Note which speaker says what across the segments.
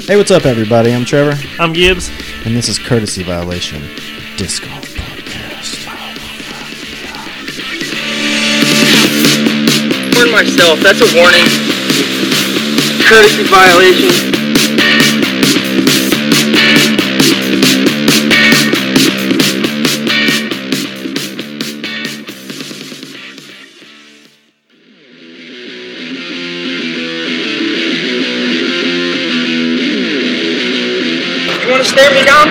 Speaker 1: Hey, what's up, everybody? I'm Trevor,
Speaker 2: I'm Gibbs.
Speaker 1: and this is Courtesy Violation Disc Golf Podcast.
Speaker 3: warn myself. That's a warning. Courtesy violation. You want to stare me down?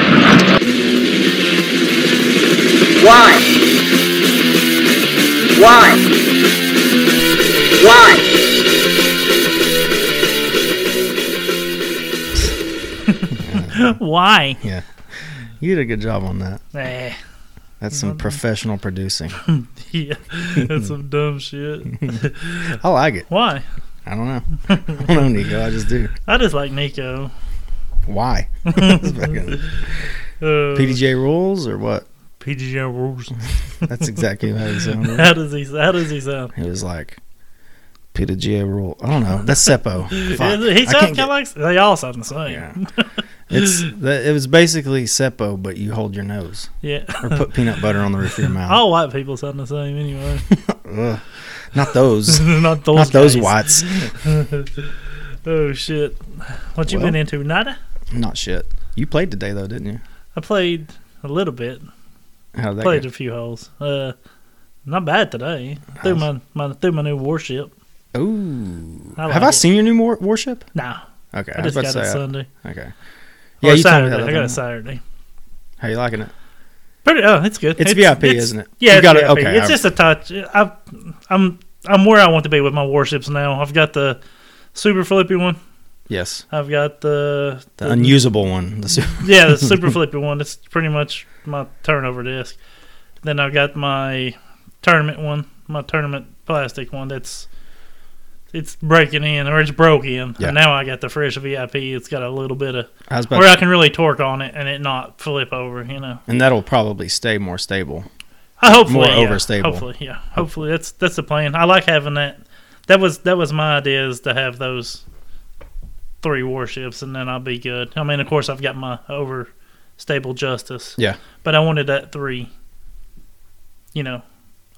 Speaker 3: Why? Why? Why?
Speaker 2: Why?
Speaker 1: Yeah, you did a good job on that.
Speaker 2: Eh,
Speaker 1: That's some professional producing.
Speaker 2: yeah, that's some dumb shit.
Speaker 1: I like it.
Speaker 2: Why?
Speaker 1: I don't know. I don't know, Nico. I just do.
Speaker 2: I just like Nico.
Speaker 1: Why? It's fucking-
Speaker 2: Uh,
Speaker 1: PDJ rules or what?
Speaker 2: PDJ rules.
Speaker 1: That's exactly how he sounded.
Speaker 2: How does he? How does he sound?
Speaker 1: It was like PDJ rule. I don't know. That's Seppo. Fuck.
Speaker 2: He
Speaker 1: I can't
Speaker 2: sounds kind of like they all sound the same.
Speaker 1: Yeah. It's that- it was basically Seppo, but you hold your nose
Speaker 2: Yeah.
Speaker 1: or put peanut butter on the roof of your mouth.
Speaker 2: All white people sound the same anyway.
Speaker 1: Ugh. Not those.
Speaker 2: Not those.
Speaker 1: Not those
Speaker 2: guys.
Speaker 1: whites.
Speaker 2: oh shit! What you
Speaker 1: Well.
Speaker 2: been into? Nada.
Speaker 1: Not shit. You played today though, didn't you?
Speaker 2: I played a little bit.
Speaker 1: How did that
Speaker 2: played
Speaker 1: go?
Speaker 2: a few holes. Uh, not bad today. Threw my, my threw my new warship.
Speaker 1: Ooh.
Speaker 2: I like
Speaker 1: Have I
Speaker 2: it.
Speaker 1: seen your new war- warship?
Speaker 2: No,
Speaker 1: Okay.
Speaker 2: I just
Speaker 1: was
Speaker 2: got
Speaker 1: about
Speaker 2: it
Speaker 1: to say,
Speaker 2: Sunday.
Speaker 1: Okay.
Speaker 2: Yeah,
Speaker 1: you told me
Speaker 2: Saturday.
Speaker 1: that
Speaker 2: I
Speaker 1: the other
Speaker 2: got it
Speaker 1: night.
Speaker 2: Saturday.
Speaker 1: How you liking it?
Speaker 2: Pretty. Oh, it's good.
Speaker 1: It's VIP,
Speaker 2: it's-
Speaker 1: isn't it?
Speaker 2: Yeah,
Speaker 1: You
Speaker 2: it's
Speaker 1: got it.
Speaker 2: VIP.
Speaker 1: Okay,
Speaker 2: It's
Speaker 1: I-
Speaker 2: just a touch. I, I'm I'm where I want to be with my warships now. I've got the super flippy one.
Speaker 1: Yes.
Speaker 2: I've got the
Speaker 1: The unusable one. The su-
Speaker 2: yeah the super flippy one. It's pretty much my turnover disc. Then I've got my tournament one. My tournament plastic one. That's it's breaking in or it's broke in.
Speaker 1: Yeah.
Speaker 2: And now I got the fresh VIP. It's got a little bit of
Speaker 1: I was about
Speaker 2: where I can really torque on it and it not flip over. You know.
Speaker 1: and that'll probably stay more stable.
Speaker 2: Uh,
Speaker 1: more
Speaker 2: hopefully, yeah.
Speaker 1: overstable.
Speaker 2: Hopefully, yeah. Hopefully, that's that's the plan. I like having that. That was that was my idea is to have those three warships, and then I'll be good. I mean, of course, I've got my overstable justice.
Speaker 1: Yeah.
Speaker 2: But I wanted that three. You know,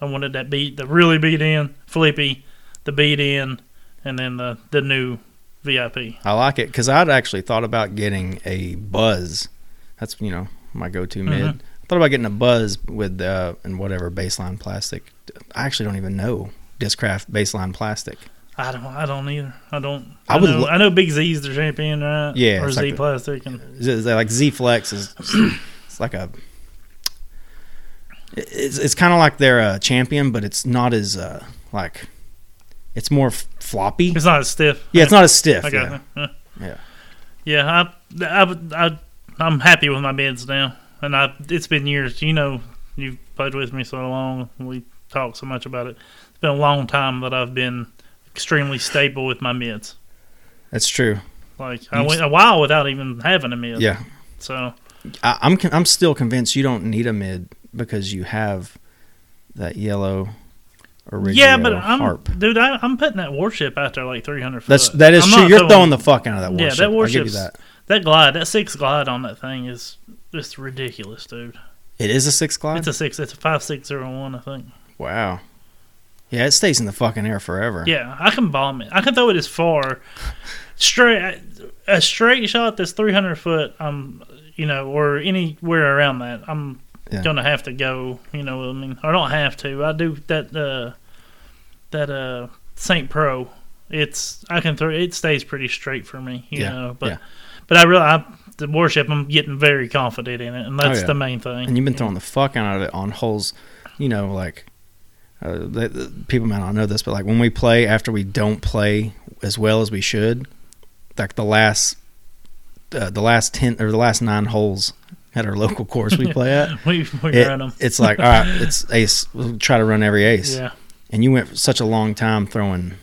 Speaker 2: I wanted that beat, the really beat in Flippy, the beat in, and then the the new VIP.
Speaker 1: I like it because I'd actually thought about getting a buzz. That's you know my go-to
Speaker 2: Mm-hmm.
Speaker 1: mid. I thought about getting a buzz with uh, and whatever baseline plastic. I actually don't even know Discraft baseline plastic.
Speaker 2: I don't. I don't either. I don't.
Speaker 1: I
Speaker 2: I,
Speaker 1: would
Speaker 2: know,
Speaker 1: lo-
Speaker 2: I know Big Z's the champion, right?
Speaker 1: Yeah,
Speaker 2: Or
Speaker 1: it's
Speaker 2: Z
Speaker 1: like the-
Speaker 2: Plastic, and
Speaker 1: Is it- is that like Z Flex is it's like a it's it's kind of like they're a champion, but it's not as uh, like it's more f- floppy.
Speaker 2: it's not as stiff.
Speaker 1: yeah, it's not as stiff.
Speaker 2: I
Speaker 1: Yeah.
Speaker 2: got it.
Speaker 1: Yeah.
Speaker 2: Yeah, I, I, I, I'm happy with my bids now, and I. It's been years. You know, you've played with me so long. We talk so much about it. It's been a long time that I've been extremely stable with my mids.
Speaker 1: that's true.
Speaker 2: Like I
Speaker 1: You
Speaker 2: went a while without even having a mid.
Speaker 1: Yeah,
Speaker 2: So
Speaker 1: I, I'm con- I'm still convinced you don't need a mid because you have that yellow original
Speaker 2: yeah, but I'm
Speaker 1: harp.
Speaker 2: dude. I, I'm putting that warship out there like 300 foot.
Speaker 1: That's that is
Speaker 2: I'm
Speaker 1: true.
Speaker 2: not
Speaker 1: You're throwing the fuck out of that
Speaker 2: Yeah,
Speaker 1: warship.
Speaker 2: that
Speaker 1: I'll give you
Speaker 2: warship's-
Speaker 1: that.
Speaker 2: that glide. That six glide on that thing is just ridiculous, dude.
Speaker 1: It is a six glide.
Speaker 2: It's a six. It's a five six zero one, I think.
Speaker 1: wow. Yeah, it stays in the fucking air forever.
Speaker 2: Yeah, I can bomb it. I can throw it as far straight a straight shot that's three hundred foot. I'm you know, or anywhere around that. I'm
Speaker 1: Yeah.
Speaker 2: gonna have to go. You know, what I mean, I don't have to. I do that. Uh, that uh, Saint Pro. It's I can throw. It stays pretty straight for me. You
Speaker 1: Yeah,
Speaker 2: know, but
Speaker 1: yeah.
Speaker 2: but I really I, the warship. I'm getting very confident in it, and that's
Speaker 1: Oh, yeah.
Speaker 2: the main thing.
Speaker 1: and you've been throwing the fuck out of it on holes, you know, like uh, th th- people might not know this, but like when we play after we don't play as well as we should, like the last, uh, the last ten or the last nine holes at our local course we play at,
Speaker 2: we we're
Speaker 1: it-
Speaker 2: running 'em.
Speaker 1: it's like all right, it's ace. We'll try to run every ace,
Speaker 2: Yeah,
Speaker 1: and you went such a long time throwing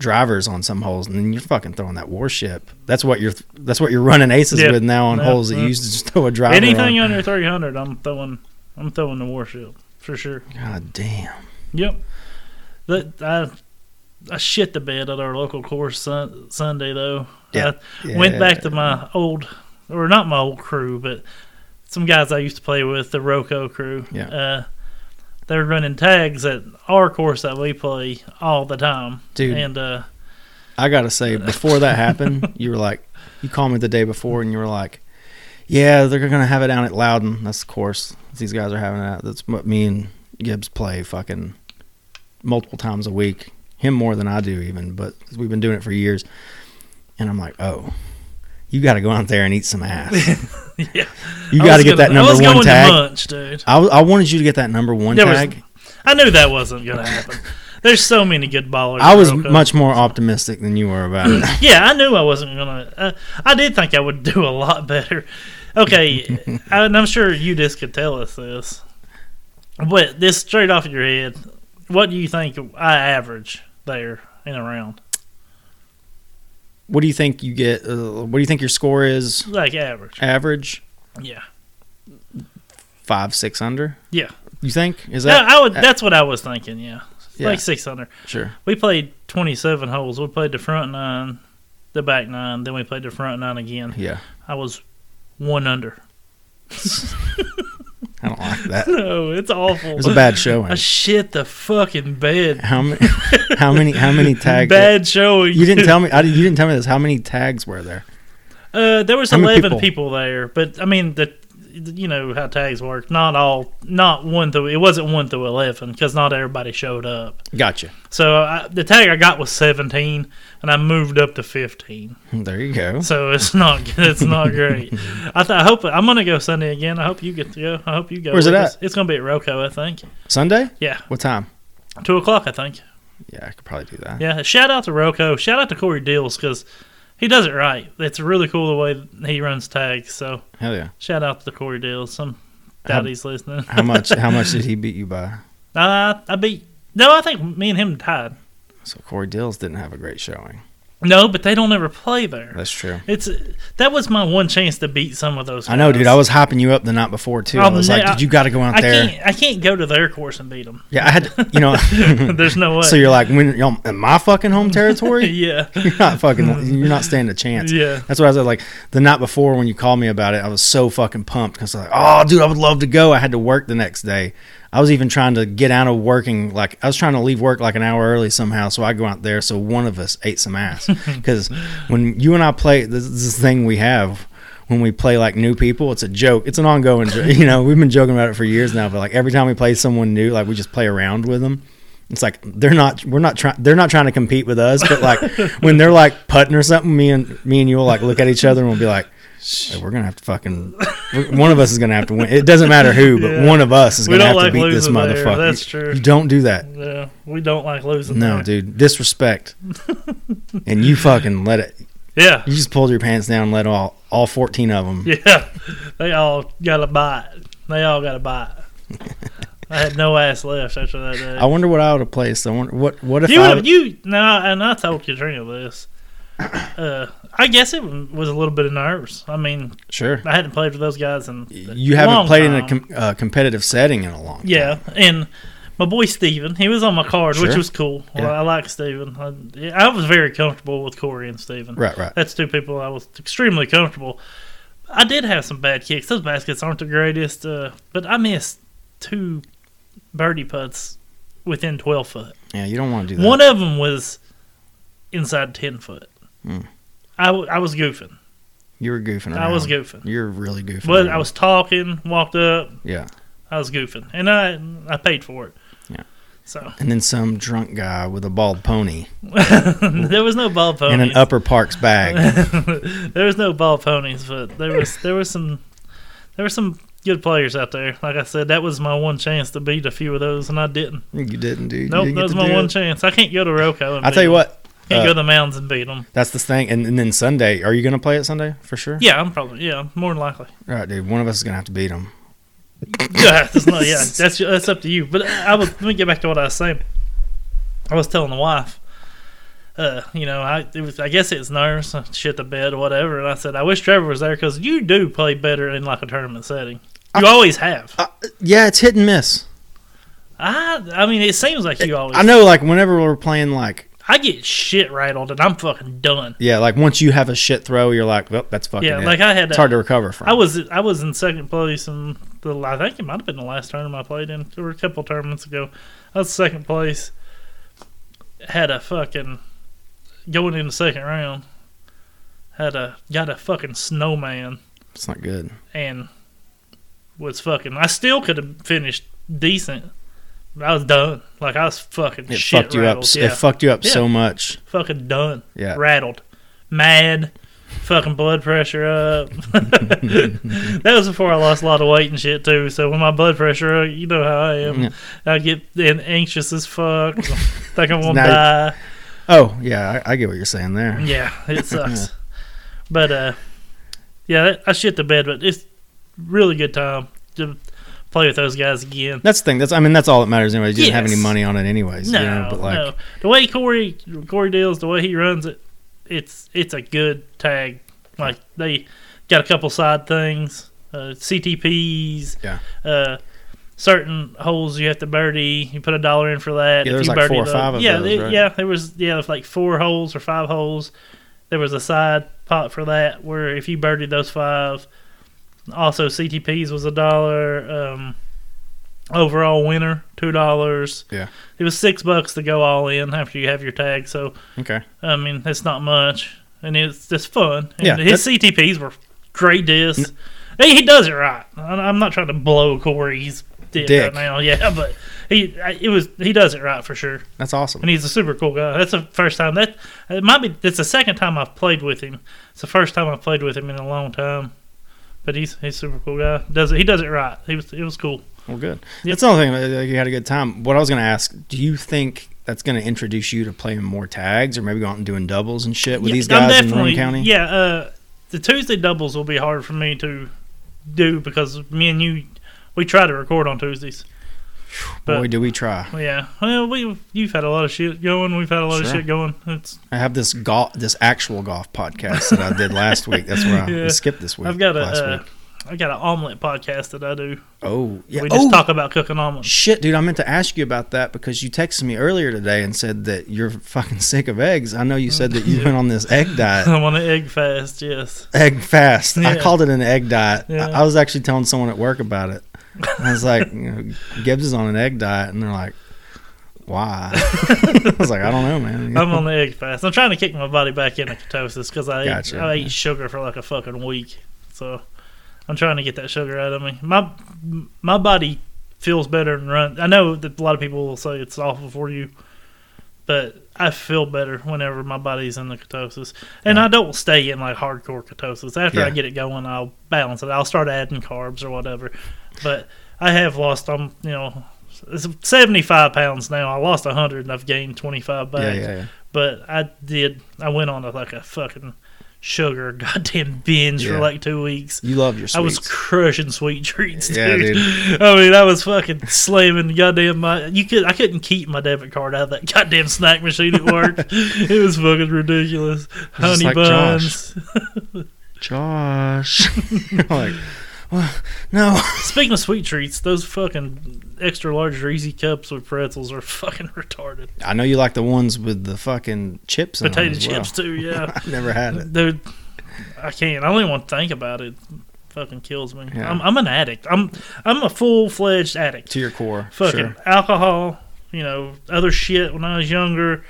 Speaker 1: drivers on some holes, and then you're fucking throwing that warship. That's what you're. That's what you're running aces
Speaker 2: Yeah.
Speaker 1: with now on
Speaker 2: Yeah.
Speaker 1: holes that you
Speaker 2: Yeah.
Speaker 1: used to just throw a driver. on.
Speaker 2: anything under three hundred, I'm throwing. I'm throwing the warship for sure.
Speaker 1: God damn.
Speaker 2: Yep. That I I shit the bed at our local course sun, Sunday though.
Speaker 1: Yeah.
Speaker 2: I went back to my old, or not my old crew, but some guys I used to play with, the Roco crew.
Speaker 1: Yeah.
Speaker 2: Uh, they're running tags at our course that we play all the time.
Speaker 1: Dude.
Speaker 2: And uh,
Speaker 1: I gotta say, before that happened, you were like, you called me the day before, and you were like, yeah, they're gonna have it down at Loudon. That's the course these guys are having that. That's what me and Gibbs play fucking multiple times a week. Him more than I do even, but we've been doing it for years. And I'm like, oh, you got to go out there and eat some ass.
Speaker 2: yeah.
Speaker 1: You
Speaker 2: I
Speaker 1: got to
Speaker 2: was
Speaker 1: get that
Speaker 2: gonna- I
Speaker 1: number
Speaker 2: was
Speaker 1: one
Speaker 2: going
Speaker 1: tag.
Speaker 2: to lunch, dude.
Speaker 1: I, I wanted you to get that number one
Speaker 2: There was-
Speaker 1: tag.
Speaker 2: I knew that wasn't going to happen. There's so many good ballers.
Speaker 1: I
Speaker 2: at
Speaker 1: was
Speaker 2: Roco.
Speaker 1: much more optimistic than you were about it.
Speaker 2: Yeah, I knew I wasn't gonna. Uh, I did think I would do a lot better. Okay, I, and I'm sure you just could tell us this, but this straight off of your head, what do you think I average there in a round?
Speaker 1: What do you think you get? Uh, what do you think your score is?
Speaker 2: Like average?
Speaker 1: Average
Speaker 2: Yeah,
Speaker 1: five, six under.
Speaker 2: yeah.
Speaker 1: You think is that?
Speaker 2: I, I would. That's what I was thinking. Yeah,
Speaker 1: Yeah.
Speaker 2: like 600.
Speaker 1: sure.
Speaker 2: We played 27 holes. We played the front nine, the back nine, then we played the front nine again.
Speaker 1: Yeah,
Speaker 2: I was one under.
Speaker 1: I don't like that. It
Speaker 2: No, it's awful.
Speaker 1: was a bad showing.
Speaker 2: I shit the fucking bed.
Speaker 1: How many? How many? How many tags?
Speaker 2: Bad showing.
Speaker 1: You didn't tell me. I didn't, you didn't tell me this. How many tags were there?
Speaker 2: Uh, there was
Speaker 1: How many
Speaker 2: eleven
Speaker 1: people?
Speaker 2: people? there, but I mean the, you know how tags work. Not all, not one through. It wasn't one through eleven because not everybody showed up.
Speaker 1: Gotcha.
Speaker 2: So I, the tag I got was seventeen, and I moved up to fifteen.
Speaker 1: There you go.
Speaker 2: So it's not it's not great. I, th- I hope I'm gonna go Sunday again. I hope you get to go. I hope you go.
Speaker 1: Where's it
Speaker 2: with
Speaker 1: at?
Speaker 2: us. It's gonna be at Roco, I think.
Speaker 1: Sunday?
Speaker 2: Yeah,
Speaker 1: What time?
Speaker 2: two o'clock, I think.
Speaker 1: Yeah, I could probably do that.
Speaker 2: Yeah, shout out to Rocco. Shout out to Corey Deals because he does it right. It's really cool the way he runs tags. So
Speaker 1: Hell yeah.
Speaker 2: shout out to Corey Deals. Some doubt he's listening.
Speaker 1: How much? how much did he beat you by?
Speaker 2: Uh, I beat. No, I think me and him tied.
Speaker 1: So Corey Dills didn't have a great showing.
Speaker 2: No, but they don't ever play there.
Speaker 1: That's true.
Speaker 2: It's that was my one chance to beat some of those.
Speaker 1: I know,
Speaker 2: guys.
Speaker 1: dude. I was hyping you up the night before too. I
Speaker 2: Um,
Speaker 1: was like,
Speaker 2: I-
Speaker 1: "Dude, you got to go out
Speaker 2: I
Speaker 1: there."
Speaker 2: can't. I can't go to their course and beat them.
Speaker 1: Yeah, I had. To, you know.
Speaker 2: There's no way.
Speaker 1: so you're like, when y'all in my fucking home territory,
Speaker 2: yeah,
Speaker 1: you're not fucking. You're not standing a chance.
Speaker 2: yeah.
Speaker 1: That's what I was like the night before when you called me about it. I was so fucking pumped because like, oh, dude, I would love to go. I had to work the next day. I was even trying to get out of working. Like I was trying to leave work like an hour early somehow, so I go out there so one of us ate some ass. Because when you and I play, this is this thing we have. When we play like new people, it's a joke. It's an ongoing, jo- you know. We've been joking about it for years now, but like every time we play someone new, like we just play around with them. It's like they're not we're not trying they're not trying to compete with us, but like when they're like putting or something, me and me and you will like look at each other and we'll be like, "Hey, we're gonna have to fucking we're- one of us is gonna have to win. It doesn't matter who, but
Speaker 2: Yeah.
Speaker 1: one of us is
Speaker 2: We
Speaker 1: gonna have
Speaker 2: don't
Speaker 1: to
Speaker 2: like
Speaker 1: beat this
Speaker 2: losing there,
Speaker 1: motherfucker.
Speaker 2: that's
Speaker 1: You-
Speaker 2: true.
Speaker 1: You don't do that.
Speaker 2: Yeah, we don't like losing.
Speaker 1: No,
Speaker 2: there.
Speaker 1: dude, disrespect. and you fucking let it.
Speaker 2: Yeah,
Speaker 1: You just pulled your pants down and let all all fourteen of them.
Speaker 2: yeah. They all got a bite. They all got a bite. I had no ass left after that day.
Speaker 1: I wonder what I would have placed. I wonder what what if
Speaker 2: you
Speaker 1: I
Speaker 2: would you no, and I told Katrina this. Uh, I guess it was a little bit of nerves. I mean,
Speaker 1: sure
Speaker 2: I hadn't played with those guys in
Speaker 1: you
Speaker 2: a
Speaker 1: haven't
Speaker 2: long
Speaker 1: played in
Speaker 2: time.
Speaker 1: a com- uh, competitive setting in a long time.
Speaker 2: yeah, and my boy Steven, he was on my card, which
Speaker 1: Sure.
Speaker 2: was cool. Well,
Speaker 1: Yeah.
Speaker 2: I like Steven. I, I was very comfortable with Corey and Steven.
Speaker 1: right, right.
Speaker 2: That's two people I was extremely comfortable. I did have some bad kicks. Those baskets aren't the greatest, uh, but I missed two birdie putts within 12 foot.
Speaker 1: Yeah, you don't want to do that.
Speaker 2: One of them was inside 10 foot.
Speaker 1: Mm.
Speaker 2: I, w- I was goofing.
Speaker 1: You were goofing around.
Speaker 2: I was goofing.
Speaker 1: You're really goofing.
Speaker 2: But I
Speaker 1: around.
Speaker 2: was talking, walked up,
Speaker 1: Yeah.
Speaker 2: I was goofing. And I I paid for it.
Speaker 1: Yeah.
Speaker 2: So
Speaker 1: And then some drunk guy with a bald pony
Speaker 2: there was no ball ponies.
Speaker 1: in an Upper Parks bag.
Speaker 2: there was no ball ponies, but there was there was some there were some good players out there. Like I said, that was my one chance to beat a few of those, and I didn't.
Speaker 1: you didn't, dude.
Speaker 2: Nope,
Speaker 1: you didn't
Speaker 2: that
Speaker 1: get
Speaker 2: was
Speaker 1: to
Speaker 2: my
Speaker 1: do
Speaker 2: one
Speaker 1: it.
Speaker 2: chance. I can't go to Roco. And
Speaker 1: I'll
Speaker 2: beat
Speaker 1: tell you
Speaker 2: 'em.
Speaker 1: what.
Speaker 2: Can't
Speaker 1: uh,
Speaker 2: go to the mounds and beat them.
Speaker 1: That's this thing. And, and then Sunday. Are you going to play it Sunday for sure?
Speaker 2: Yeah, I'm probably yeah, more than likely.
Speaker 1: All right, dude. One of us is going to have to beat him.
Speaker 2: yeah, that's not, yeah, that's that's up to you. But I was let me get back to what I was saying. I was telling the wife, uh, you know, I it was I guess it's nerves, shit the bed, whatever. And I said I wish Trevor was there because you do play better in like a tournament setting. You always have.
Speaker 1: Uh, Yeah, it's hit and miss.
Speaker 2: I I mean, it seems like you always.
Speaker 1: I know, like, whenever we're playing, like,
Speaker 2: I get shit rattled and I'm fucking done.
Speaker 1: Yeah, like once you have a shit throw, you're like, well, that's fucking.
Speaker 2: yeah,
Speaker 1: it.
Speaker 2: like I had.
Speaker 1: it's
Speaker 2: that-
Speaker 1: hard to recover from.
Speaker 2: I was I was in second place in the I think it might have been the last tournament I played in or a couple tournaments ago. I was second place. Had a fucking going in the second round. Had a got a fucking snowman
Speaker 1: It's not good.
Speaker 2: and was fucking. I still could have finished decent. but I was done. Like I was fucking
Speaker 1: It
Speaker 2: shit
Speaker 1: fucked you up.
Speaker 2: rattled.
Speaker 1: s-
Speaker 2: Yeah,
Speaker 1: It fucked you up
Speaker 2: Yeah.
Speaker 1: so much.
Speaker 2: fucking done.
Speaker 1: Yeah.
Speaker 2: Rattled, mad, fucking blood pressure up. that was before I lost a lot of weight and shit too. So when my blood pressure, you know how I am,
Speaker 1: Yeah.
Speaker 2: I get an- anxious as fuck. think I'm gonna
Speaker 1: Now-
Speaker 2: die.
Speaker 1: Oh yeah, I, I get what you're saying there.
Speaker 2: Yeah, it sucks. but uh, yeah, that, I shit the bed. But it's really good time to play with those guys again.
Speaker 1: That's the thing. That's I mean that's all that matters anyway. You didn't have any
Speaker 2: Yes.
Speaker 1: money on it anyways.
Speaker 2: No,
Speaker 1: you know, but like
Speaker 2: no. The way Corey Corey deals, the way he runs it, it's it's a good tag. Like they got a couple side things, uh, CTPs,
Speaker 1: Yeah.
Speaker 2: uh, certain holes you have to birdie. You put a dollar in for that.
Speaker 1: Yeah, there
Speaker 2: If
Speaker 1: was
Speaker 2: you
Speaker 1: like
Speaker 2: birdie
Speaker 1: four or
Speaker 2: those-
Speaker 1: five of
Speaker 2: yeah,
Speaker 1: those,
Speaker 2: it-
Speaker 1: right?
Speaker 2: yeah. There was yeah, there was like four holes or five holes. There was a side pot for that where if you birdied those five, also CTPs was a dollar. Um, overall winner two dollars.
Speaker 1: Yeah.
Speaker 2: it was six bucks to go all in after you have your tag. So
Speaker 1: okay.
Speaker 2: I mean, that's not much, and it's just fun. And
Speaker 1: Yeah,
Speaker 2: his CTPs were great discs. He, he does it right. I- I'm not trying to blow Corey's dick,
Speaker 1: Dick.
Speaker 2: right now. Yeah, but he I- it was he does it right for sure,
Speaker 1: That's awesome.
Speaker 2: and he's a super cool guy. That's the first time that it might be. It's the second time I've played with him. It's the first time I've played with him in a long time. But he's he's a super cool guy. Does it? He does it right. He was it was cool.
Speaker 1: Well, good.
Speaker 2: Yeah.
Speaker 1: That's another thing. like, Like, you had a good time. What I was going to ask: Do you think that's going to introduce you to playing more tags, or maybe going out and doing doubles and shit with
Speaker 2: Yeah,
Speaker 1: these
Speaker 2: I'm
Speaker 1: guys in Rowan
Speaker 2: definitely-
Speaker 1: County?
Speaker 2: Yeah, uh, the Tuesday doubles will be hard for me to do because me and you, we try to record on Tuesdays.
Speaker 1: Boy,
Speaker 2: but-
Speaker 1: do we try!
Speaker 2: Yeah, well, we you've had a lot of shit going. We've had a lot of
Speaker 1: Sure.
Speaker 2: shit going. It's
Speaker 1: I have this golf, this actual golf podcast that I did last week. That's where I
Speaker 2: Yeah.
Speaker 1: skipped this week.
Speaker 2: I've got a
Speaker 1: last
Speaker 2: uh,
Speaker 1: week.
Speaker 2: I got an omelet podcast that I do.
Speaker 1: Oh yeah.
Speaker 2: We just
Speaker 1: Oh
Speaker 2: talk about cooking omelets.
Speaker 1: shit, dude! I meant to ask you about that because you texted me earlier today and said that you're fucking sick of eggs. I know you said that
Speaker 2: Mm.
Speaker 1: you went on this egg diet.
Speaker 2: I'm on an egg fast. Yes.
Speaker 1: egg fast. I
Speaker 2: Yeah.
Speaker 1: called it an egg diet. I-
Speaker 2: Yeah.
Speaker 1: I, was actually telling someone at work about it. I was like, you know, Gibbs is on an egg diet, and they're like, why? I was like, I don't know, man.
Speaker 2: I'm on the egg fast. I'm trying to kick my body back into ketosis because I
Speaker 1: Gotcha.
Speaker 2: ate, I ate sugar for like a fucking week, so I'm trying to get that sugar out of me. My my body feels better and run. I know that a lot of people will say it's awful for you, but I feel better whenever my body's in the ketosis, and I don't stay in like hardcore ketosis. After I
Speaker 1: Yeah.
Speaker 2: get it going, I'll balance it. I'll start adding carbs or whatever, but I have lost. I'm you know. It's 75 pounds now. I lost 100 and I've gained 25 back
Speaker 1: yeah, yeah, yeah.
Speaker 2: but I did. I went on a, like a fucking sugar goddamn binge
Speaker 1: Yeah.
Speaker 2: for like two weeks.
Speaker 1: You love your sweets.
Speaker 2: I was crushing sweet treats, dude.
Speaker 1: Yeah,
Speaker 2: I mean, I was fucking slamming goddamn my. You could. I couldn't keep my debit card out of that goddamn snack machine at work. it was fucking ridiculous.
Speaker 1: just
Speaker 2: Honey
Speaker 1: like
Speaker 2: buns.
Speaker 1: Josh. like, "Well, no.
Speaker 2: Speaking of sweet treats, those fucking extra large Reezy cups with pretzels are fucking retarded.
Speaker 1: I know you like the ones with the fucking chips. in them
Speaker 2: Potato
Speaker 1: as well.
Speaker 2: chips too. Yeah.
Speaker 1: I never had it.
Speaker 2: Dude, I can't. I don't even want to think about it. Fucking kills me.
Speaker 1: Yeah.
Speaker 2: I'm, I'm an addict. I'm I'm a full fledged addict.
Speaker 1: To your core,
Speaker 2: Fucking
Speaker 1: sure.
Speaker 2: alcohol, you know, other shit when I was younger,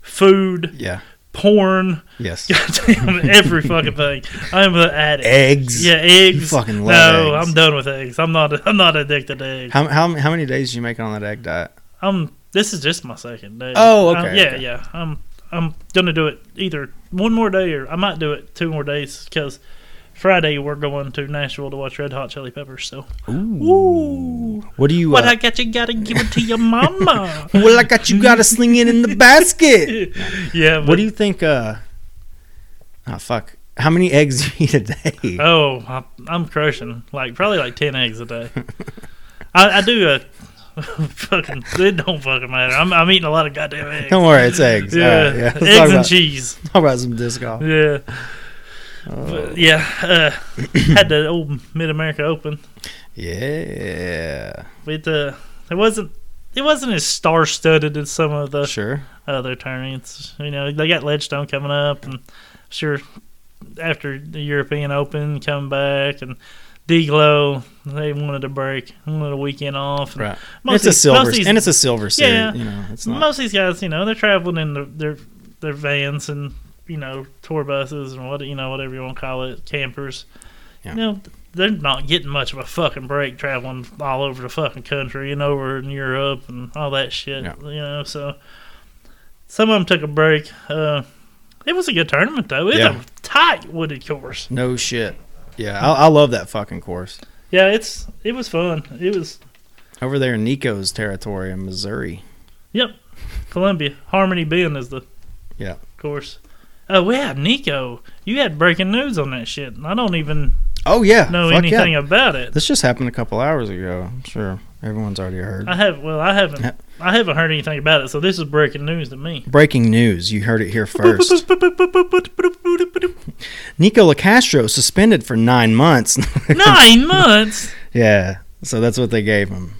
Speaker 2: food,
Speaker 1: Yeah.
Speaker 2: porn,
Speaker 1: Yes.
Speaker 2: goddamn every fucking thing. I'm an addict.
Speaker 1: Eggs.
Speaker 2: Yeah, eggs.
Speaker 1: You fucking love
Speaker 2: no,
Speaker 1: eggs.
Speaker 2: I'm done with eggs. I'm not. I'm not addicted to eggs.
Speaker 1: How, how how many days did you make on that egg diet?
Speaker 2: I'm. Um, This is just my second day.
Speaker 1: Oh,
Speaker 2: I'm-
Speaker 1: okay,
Speaker 2: yeah,
Speaker 1: okay.
Speaker 2: yeah. I'm. I'm gonna do it either one more day or I might do it two more days because Friday we're going to Nashville to watch Red Hot Chili Peppers. So Ooh.
Speaker 1: What do you?
Speaker 2: what
Speaker 1: uh,
Speaker 2: I got you gotta give it to your mama.
Speaker 1: well, I got you. Got to sling it in the basket.
Speaker 2: yeah. But,
Speaker 1: What do you think? Uh, oh fuck! How many eggs do you eat a day?
Speaker 2: Oh, I, I'm crushing like probably like ten eggs a day. I, I do a fucking. It don't fucking matter. I'm, I'm eating a lot of goddamn eggs.
Speaker 1: Don't worry, it's eggs.
Speaker 2: Yeah,
Speaker 1: All right, yeah. Let's
Speaker 2: eggs
Speaker 1: talk,
Speaker 2: and
Speaker 1: about,
Speaker 2: cheese.
Speaker 1: talk about some disc golf.
Speaker 2: Yeah. But, yeah. Uh, had the old Mid America Open.
Speaker 1: Yeah,
Speaker 2: It uh, it wasn't it wasn't as star studded as some of the
Speaker 1: Sure.
Speaker 2: other tournaments. You know, they got Ledgestone coming up, and sure, after the European Open, come back and Deglow, they wanted a break, wanted a weekend off. And
Speaker 1: Right.
Speaker 2: most
Speaker 1: it's a
Speaker 2: these-
Speaker 1: silver,
Speaker 2: most these-
Speaker 1: and it's a silver series.
Speaker 2: Yeah.
Speaker 1: You know, it's not.
Speaker 2: most of these guys, you know, they're traveling in their their, their vans and you know tour buses and what you know whatever you want to call it, campers.
Speaker 1: Yeah.
Speaker 2: You know, they're not getting much of a fucking break traveling all over the fucking country and over in Europe and all that shit.
Speaker 1: Yeah.
Speaker 2: You know, so some of them took a break. Uh, it was a good tournament though. It's
Speaker 1: Yeah.
Speaker 2: a tight wooded course.
Speaker 1: no shit. Yeah, I, I love that fucking course
Speaker 2: Yeah, it's it was fun. It was
Speaker 1: over there in Nico's territory in Missouri.
Speaker 2: Columbia Harmony Bend is the
Speaker 1: Yeah.
Speaker 2: course. Oh, we had Nico. You had breaking news on that shit. and I don't even
Speaker 1: Oh yeah.
Speaker 2: know
Speaker 1: Fuck yeah.
Speaker 2: anything about it.
Speaker 1: This just happened a couple hours ago. I'm sure everyone's already heard.
Speaker 2: I have well, I haven't. I haven't heard anything about it. So this is breaking news to me.
Speaker 1: Breaking news. You heard it here first. Nico LaCastro suspended for nine months.
Speaker 2: Nine months.
Speaker 1: yeah. So that's what they gave him.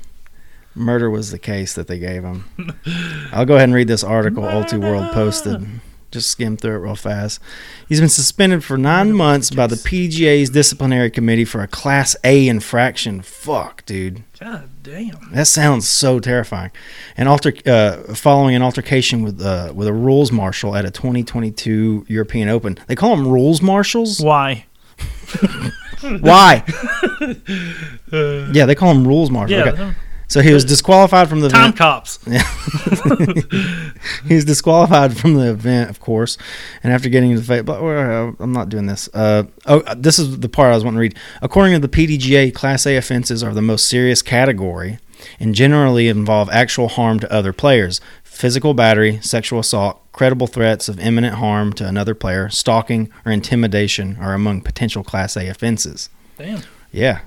Speaker 1: Murder was the case that they gave him. I'll go ahead and read this article Ulti World posted. Just skim through it real fast. He's been suspended for nine months by the PGA's disciplinary committee for a Class A infraction. Fuck, dude.
Speaker 2: God damn.
Speaker 1: That sounds so terrifying. An alter uh, following an altercation with uh, with a rules marshal at a 2022 European Open. They call them rules marshals.
Speaker 2: Why?
Speaker 1: Why?
Speaker 2: Uh,
Speaker 1: Yeah, they call them rules marshals.
Speaker 2: yeah.
Speaker 1: Okay. So he was disqualified from the
Speaker 2: Time
Speaker 1: event.
Speaker 2: cops.
Speaker 1: he was disqualified from the event, of course. And after getting into the fight, but uh, I'm not doing this. Uh, oh, this is the part I was wanting to read. According to the PDGA, Class A offenses are the most serious category and generally involve actual harm to other players. Physical battery, sexual assault, credible threats of imminent harm to another player, stalking, or intimidation are among potential Class A offenses.
Speaker 2: Damn.
Speaker 1: Yeah.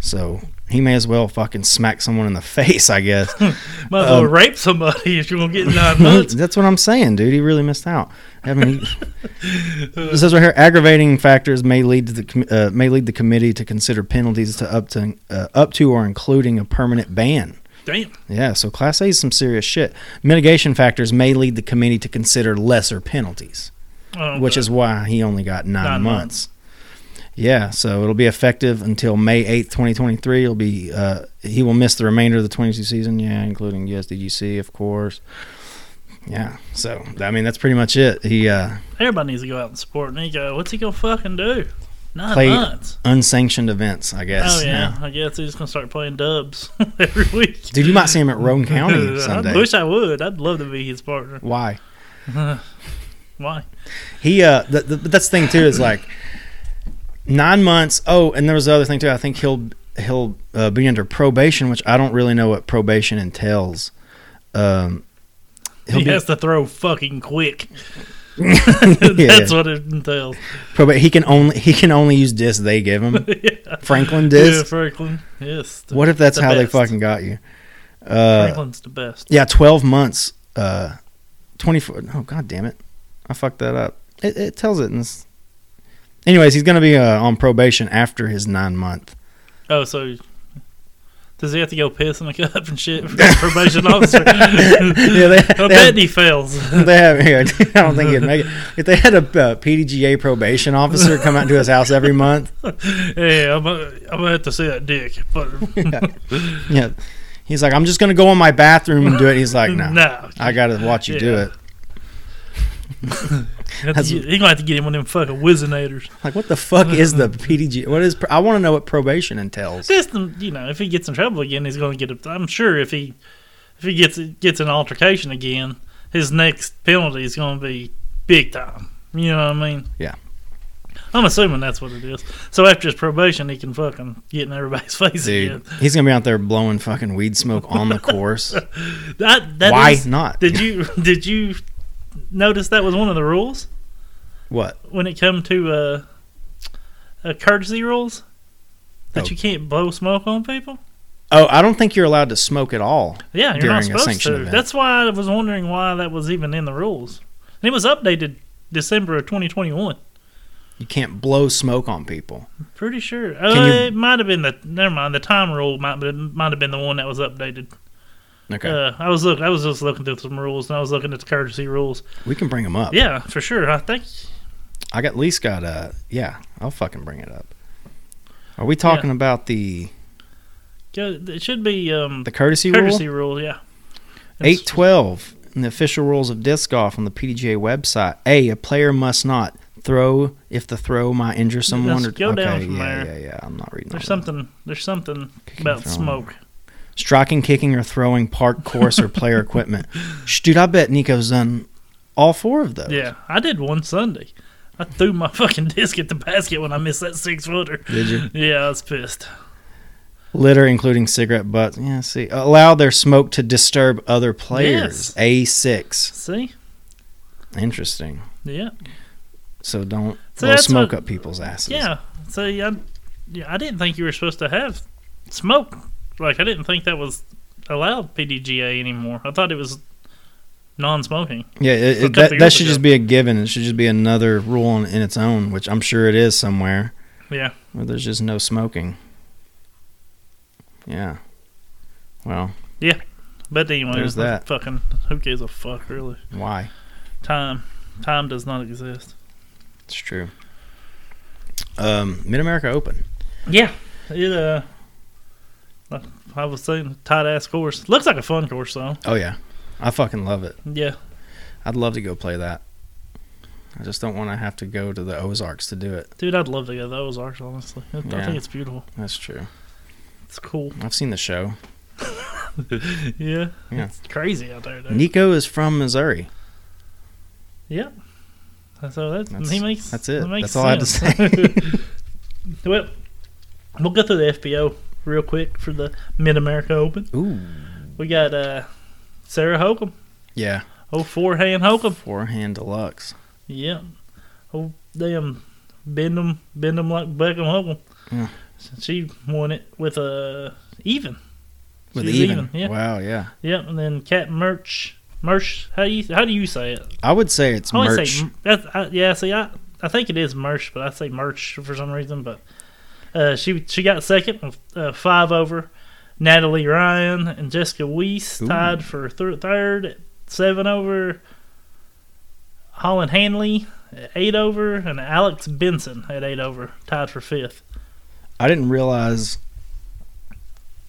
Speaker 1: So he may as well fucking smack someone in the face, I guess.
Speaker 2: Might as well
Speaker 1: Um,
Speaker 2: rape somebody if you're gonna get nine months.
Speaker 1: That's what I'm saying, dude. He really missed out. I mean, he- it says right here, aggravating factors may lead to the com- uh, may lead the committee to consider penalties to up to uh, up to or including a permanent ban.
Speaker 2: Damn.
Speaker 1: Yeah, so Class A is some serious shit. Mitigation factors may lead the committee to consider lesser penalties
Speaker 2: Oh,
Speaker 1: which is why he only got nine,
Speaker 2: Nine
Speaker 1: months. Yeah, so it'll be effective until May eighth, twenty twenty three. It'll be uh, he will miss the remainder of the twenty two season. Yeah, including yes, DGC of course. Yeah, so I mean that's pretty much it. He uh,
Speaker 2: everybody needs to go out and support Nico. What's he gonna fucking do? Nine
Speaker 1: Play-
Speaker 2: months.
Speaker 1: unsanctioned events, I guess.
Speaker 2: Oh yeah. I guess he's gonna start playing dubs every week.
Speaker 1: dude, you might see him at Roan County
Speaker 2: I
Speaker 1: someday.
Speaker 2: wish I would. I'd love to be his partner.
Speaker 1: Why?
Speaker 2: Why?
Speaker 1: He uh, th- th- but that's the thing too is like nine months. Oh, and there was the other thing too. I think he'll he'll uh, be under probation, which I don't really know what probation entails. Um, he'll
Speaker 2: he
Speaker 1: be
Speaker 2: has to throw fucking quick.
Speaker 1: yeah,
Speaker 2: That's what it entails.
Speaker 1: proba- He can only he can only use disc they give him.
Speaker 2: yeah.
Speaker 1: Franklin
Speaker 2: Yeah,
Speaker 1: disc.
Speaker 2: Franklin. Yes. the-
Speaker 1: what if that's
Speaker 2: the
Speaker 1: how they
Speaker 2: best.
Speaker 1: fucking got you? Uh,
Speaker 2: Franklin's the best.
Speaker 1: yeah, twelve months. Uh, twenty four. Oh god damn it! I fucked that up. It, it tells it in this. Anyways, he's gonna be uh, on probation after his nine month.
Speaker 2: Oh, so does he have to go piss in a cup and shit for the probation officer?
Speaker 1: yeah, they,
Speaker 2: I
Speaker 1: they,
Speaker 2: bet
Speaker 1: had,
Speaker 2: he fails.
Speaker 1: they have. Yeah, I don't think he'd make it. If they had a uh, PDGA probation officer come out to his house every month,
Speaker 2: yeah, I'm gonna, I'm gonna have to see that dick. But
Speaker 1: yeah, he's like, "I'm just gonna go in my bathroom and do it." He's like, "No,
Speaker 2: no,
Speaker 1: I gotta watch you do
Speaker 2: Yeah.
Speaker 1: it."
Speaker 2: he's gonna, have to get him one of them fucking whizinators.
Speaker 1: Like, what the fuck is the PDG? What is? pro- I want to know what probation entails.
Speaker 2: Just um, you know, if he gets in trouble again, he's gonna get. A, I'm sure if he if he gets gets an altercation again, his next penalty is gonna be big time. You know what I mean?
Speaker 1: Yeah.
Speaker 2: I'm assuming that's what it is. So after his probation, he can fucking get in everybody's face
Speaker 1: Dude, he's gonna be out there blowing fucking weed smoke on the course.
Speaker 2: again. That that
Speaker 1: Why
Speaker 2: is-
Speaker 1: not?
Speaker 2: did you did you notice that was one of the rules
Speaker 1: what?
Speaker 2: when it come to uh, uh courtesy rules that
Speaker 1: Oh.
Speaker 2: you can't blow smoke on people?
Speaker 1: Oh, I don't think you're allowed to smoke at all.
Speaker 2: Yeah, you're
Speaker 1: during
Speaker 2: not
Speaker 1: a
Speaker 2: supposed
Speaker 1: sanctioned
Speaker 2: to.
Speaker 1: event.
Speaker 2: That's why I was wondering why that was even in the rules. And it was updated December of 2021.
Speaker 1: You can't blow smoke on people.
Speaker 2: Pretty sure.
Speaker 1: Can
Speaker 2: Oh,
Speaker 1: you-
Speaker 2: it might have been the. Never mind. The time rule might be, might have been the one that was updated.
Speaker 1: Okay,
Speaker 2: Uh, I was look. I was just looking through some rules, and I was looking at the courtesy rules.
Speaker 1: we can bring them up.
Speaker 2: Yeah, for sure. I think
Speaker 1: I got at least got uh yeah, I'll fucking bring it up. Are we talking about the
Speaker 2: yeah, it should be um,
Speaker 1: the courtesy,
Speaker 2: courtesy
Speaker 1: rule?
Speaker 2: rule. Yeah, It's-
Speaker 1: Eight twelve in the official rules of disc golf on the PDGA website. A a player must not throw if the throw might injure someone.
Speaker 2: Let's
Speaker 1: Or,
Speaker 2: go down
Speaker 1: okay,
Speaker 2: from
Speaker 1: yeah,
Speaker 2: there.
Speaker 1: yeah, yeah. I'm not reading.
Speaker 2: There's
Speaker 1: all that.
Speaker 2: something. There's something
Speaker 1: Kicking,
Speaker 2: about
Speaker 1: throwing.
Speaker 2: smoke.
Speaker 1: Striking, kicking, or throwing park course or player equipment. Sh- Dude, I bet Nico's done all four of those.
Speaker 2: Yeah, I did one Sunday. I threw my fucking disc at the basket when I missed that six footer.
Speaker 1: Did you?
Speaker 2: Yeah, I was pissed.
Speaker 1: Litter, including cigarette butts. Yeah, see. Allow their smoke to disturb other players. A6.
Speaker 2: See?
Speaker 1: Interesting.
Speaker 2: Yeah.
Speaker 1: So don't
Speaker 2: So
Speaker 1: blow
Speaker 2: that's
Speaker 1: smoke
Speaker 2: what-
Speaker 1: up people's asses.
Speaker 2: Yeah. See, I, yeah, I didn't think you were supposed to have smoke. Like, I didn't think that was allowed PDGA anymore. I thought it was non smoking.
Speaker 1: Yeah, it,
Speaker 2: So a
Speaker 1: it,
Speaker 2: couple
Speaker 1: that, that
Speaker 2: years
Speaker 1: should
Speaker 2: ago.
Speaker 1: just be a given. It should just be another rule on, in its own, which I'm sure it is somewhere.
Speaker 2: Yeah.
Speaker 1: Where there's just no smoking. Yeah. Well,
Speaker 2: But anyway,
Speaker 1: There's
Speaker 2: like,
Speaker 1: that.
Speaker 2: fucking, who gives a fuck, really?
Speaker 1: why?
Speaker 2: Time. Time does not exist.
Speaker 1: It's true. Um, Mid America Open.
Speaker 2: Yeah. It, uh, like I was saying, tight ass course. Looks like a fun course, though.
Speaker 1: Oh yeah, I fucking love it.
Speaker 2: Yeah.
Speaker 1: I'd love to go play that. I just don't want to have to go to the Ozarks to do it.
Speaker 2: Dude, I'd love to go to the Ozarks, honestly. I I
Speaker 1: Yeah.
Speaker 2: think it's beautiful.
Speaker 1: That's true.
Speaker 2: It's cool.
Speaker 1: I've seen the show.
Speaker 2: Yeah.
Speaker 1: Yeah.
Speaker 2: It's crazy out there, dude.
Speaker 1: Nico is from Missouri.
Speaker 2: Yep. So that,
Speaker 1: That's-
Speaker 2: he makes
Speaker 1: That's it.
Speaker 2: that makes
Speaker 1: That's all I had to
Speaker 2: sense.
Speaker 1: say.
Speaker 2: well, we'll go through the FBO real quick for the Mid America Open.
Speaker 1: Ooh.
Speaker 2: We got uh, Sarah Hokum,
Speaker 1: Yeah.
Speaker 2: oh forehand Hokum.
Speaker 1: Forehand deluxe.
Speaker 2: Yep. Oh damn, bend them, bend them like Beckham Hokum.
Speaker 1: Yeah.
Speaker 2: So She won it with a even.
Speaker 1: With
Speaker 2: She's
Speaker 1: even.
Speaker 2: even, yeah.
Speaker 1: Wow, yeah.
Speaker 2: Yep, and then Cat Merch. Merch, how do you how do you say it?
Speaker 1: I would say it's
Speaker 2: I always
Speaker 1: merch.
Speaker 2: say that's, I, yeah. See, I I think it is merch, but I say merch for some reason. But uh, she she got second with uh, five over Natalie Ryan and Jessica Weiss
Speaker 1: Ooh.
Speaker 2: tied for th- third, at seven over Holland Hanley at eight over and Alex Benson at eight over tied for fifth.
Speaker 1: I didn't realize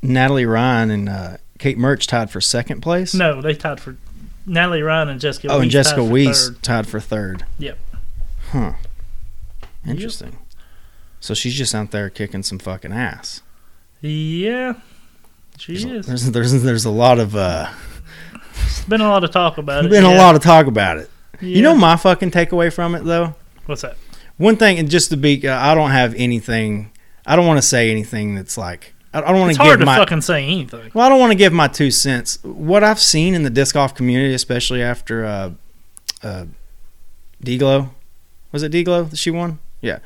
Speaker 1: Natalie Ryan and uh, Kate Murch tied for second place.
Speaker 2: No, they tied for Natalie Ryan and Jessica.
Speaker 1: oh,
Speaker 2: Weiss
Speaker 1: and Jessica
Speaker 2: tied for
Speaker 1: Weiss
Speaker 2: third.
Speaker 1: tied for third.
Speaker 2: Yep.
Speaker 1: Huh. Interesting. So she's just out there kicking some fucking ass.
Speaker 2: Yeah, she
Speaker 1: There's,
Speaker 2: is.
Speaker 1: there's there's there's a lot of uh
Speaker 2: There's been a lot of talk about it.
Speaker 1: been a
Speaker 2: yeah.
Speaker 1: lot of talk about it.
Speaker 2: Yeah.
Speaker 1: You know my fucking takeaway from it though.
Speaker 2: what's that?
Speaker 1: One thing, and just to be, uh, I don't have anything. I don't want to say anything that's like. I I don't want
Speaker 2: It's
Speaker 1: to give
Speaker 2: hard to
Speaker 1: my.
Speaker 2: fucking say anything.
Speaker 1: Well, I don't want to give my two cents. What I've seen in the disc golf community, especially after uh, uh, Deglow, was it Deglow that she won? Yeah,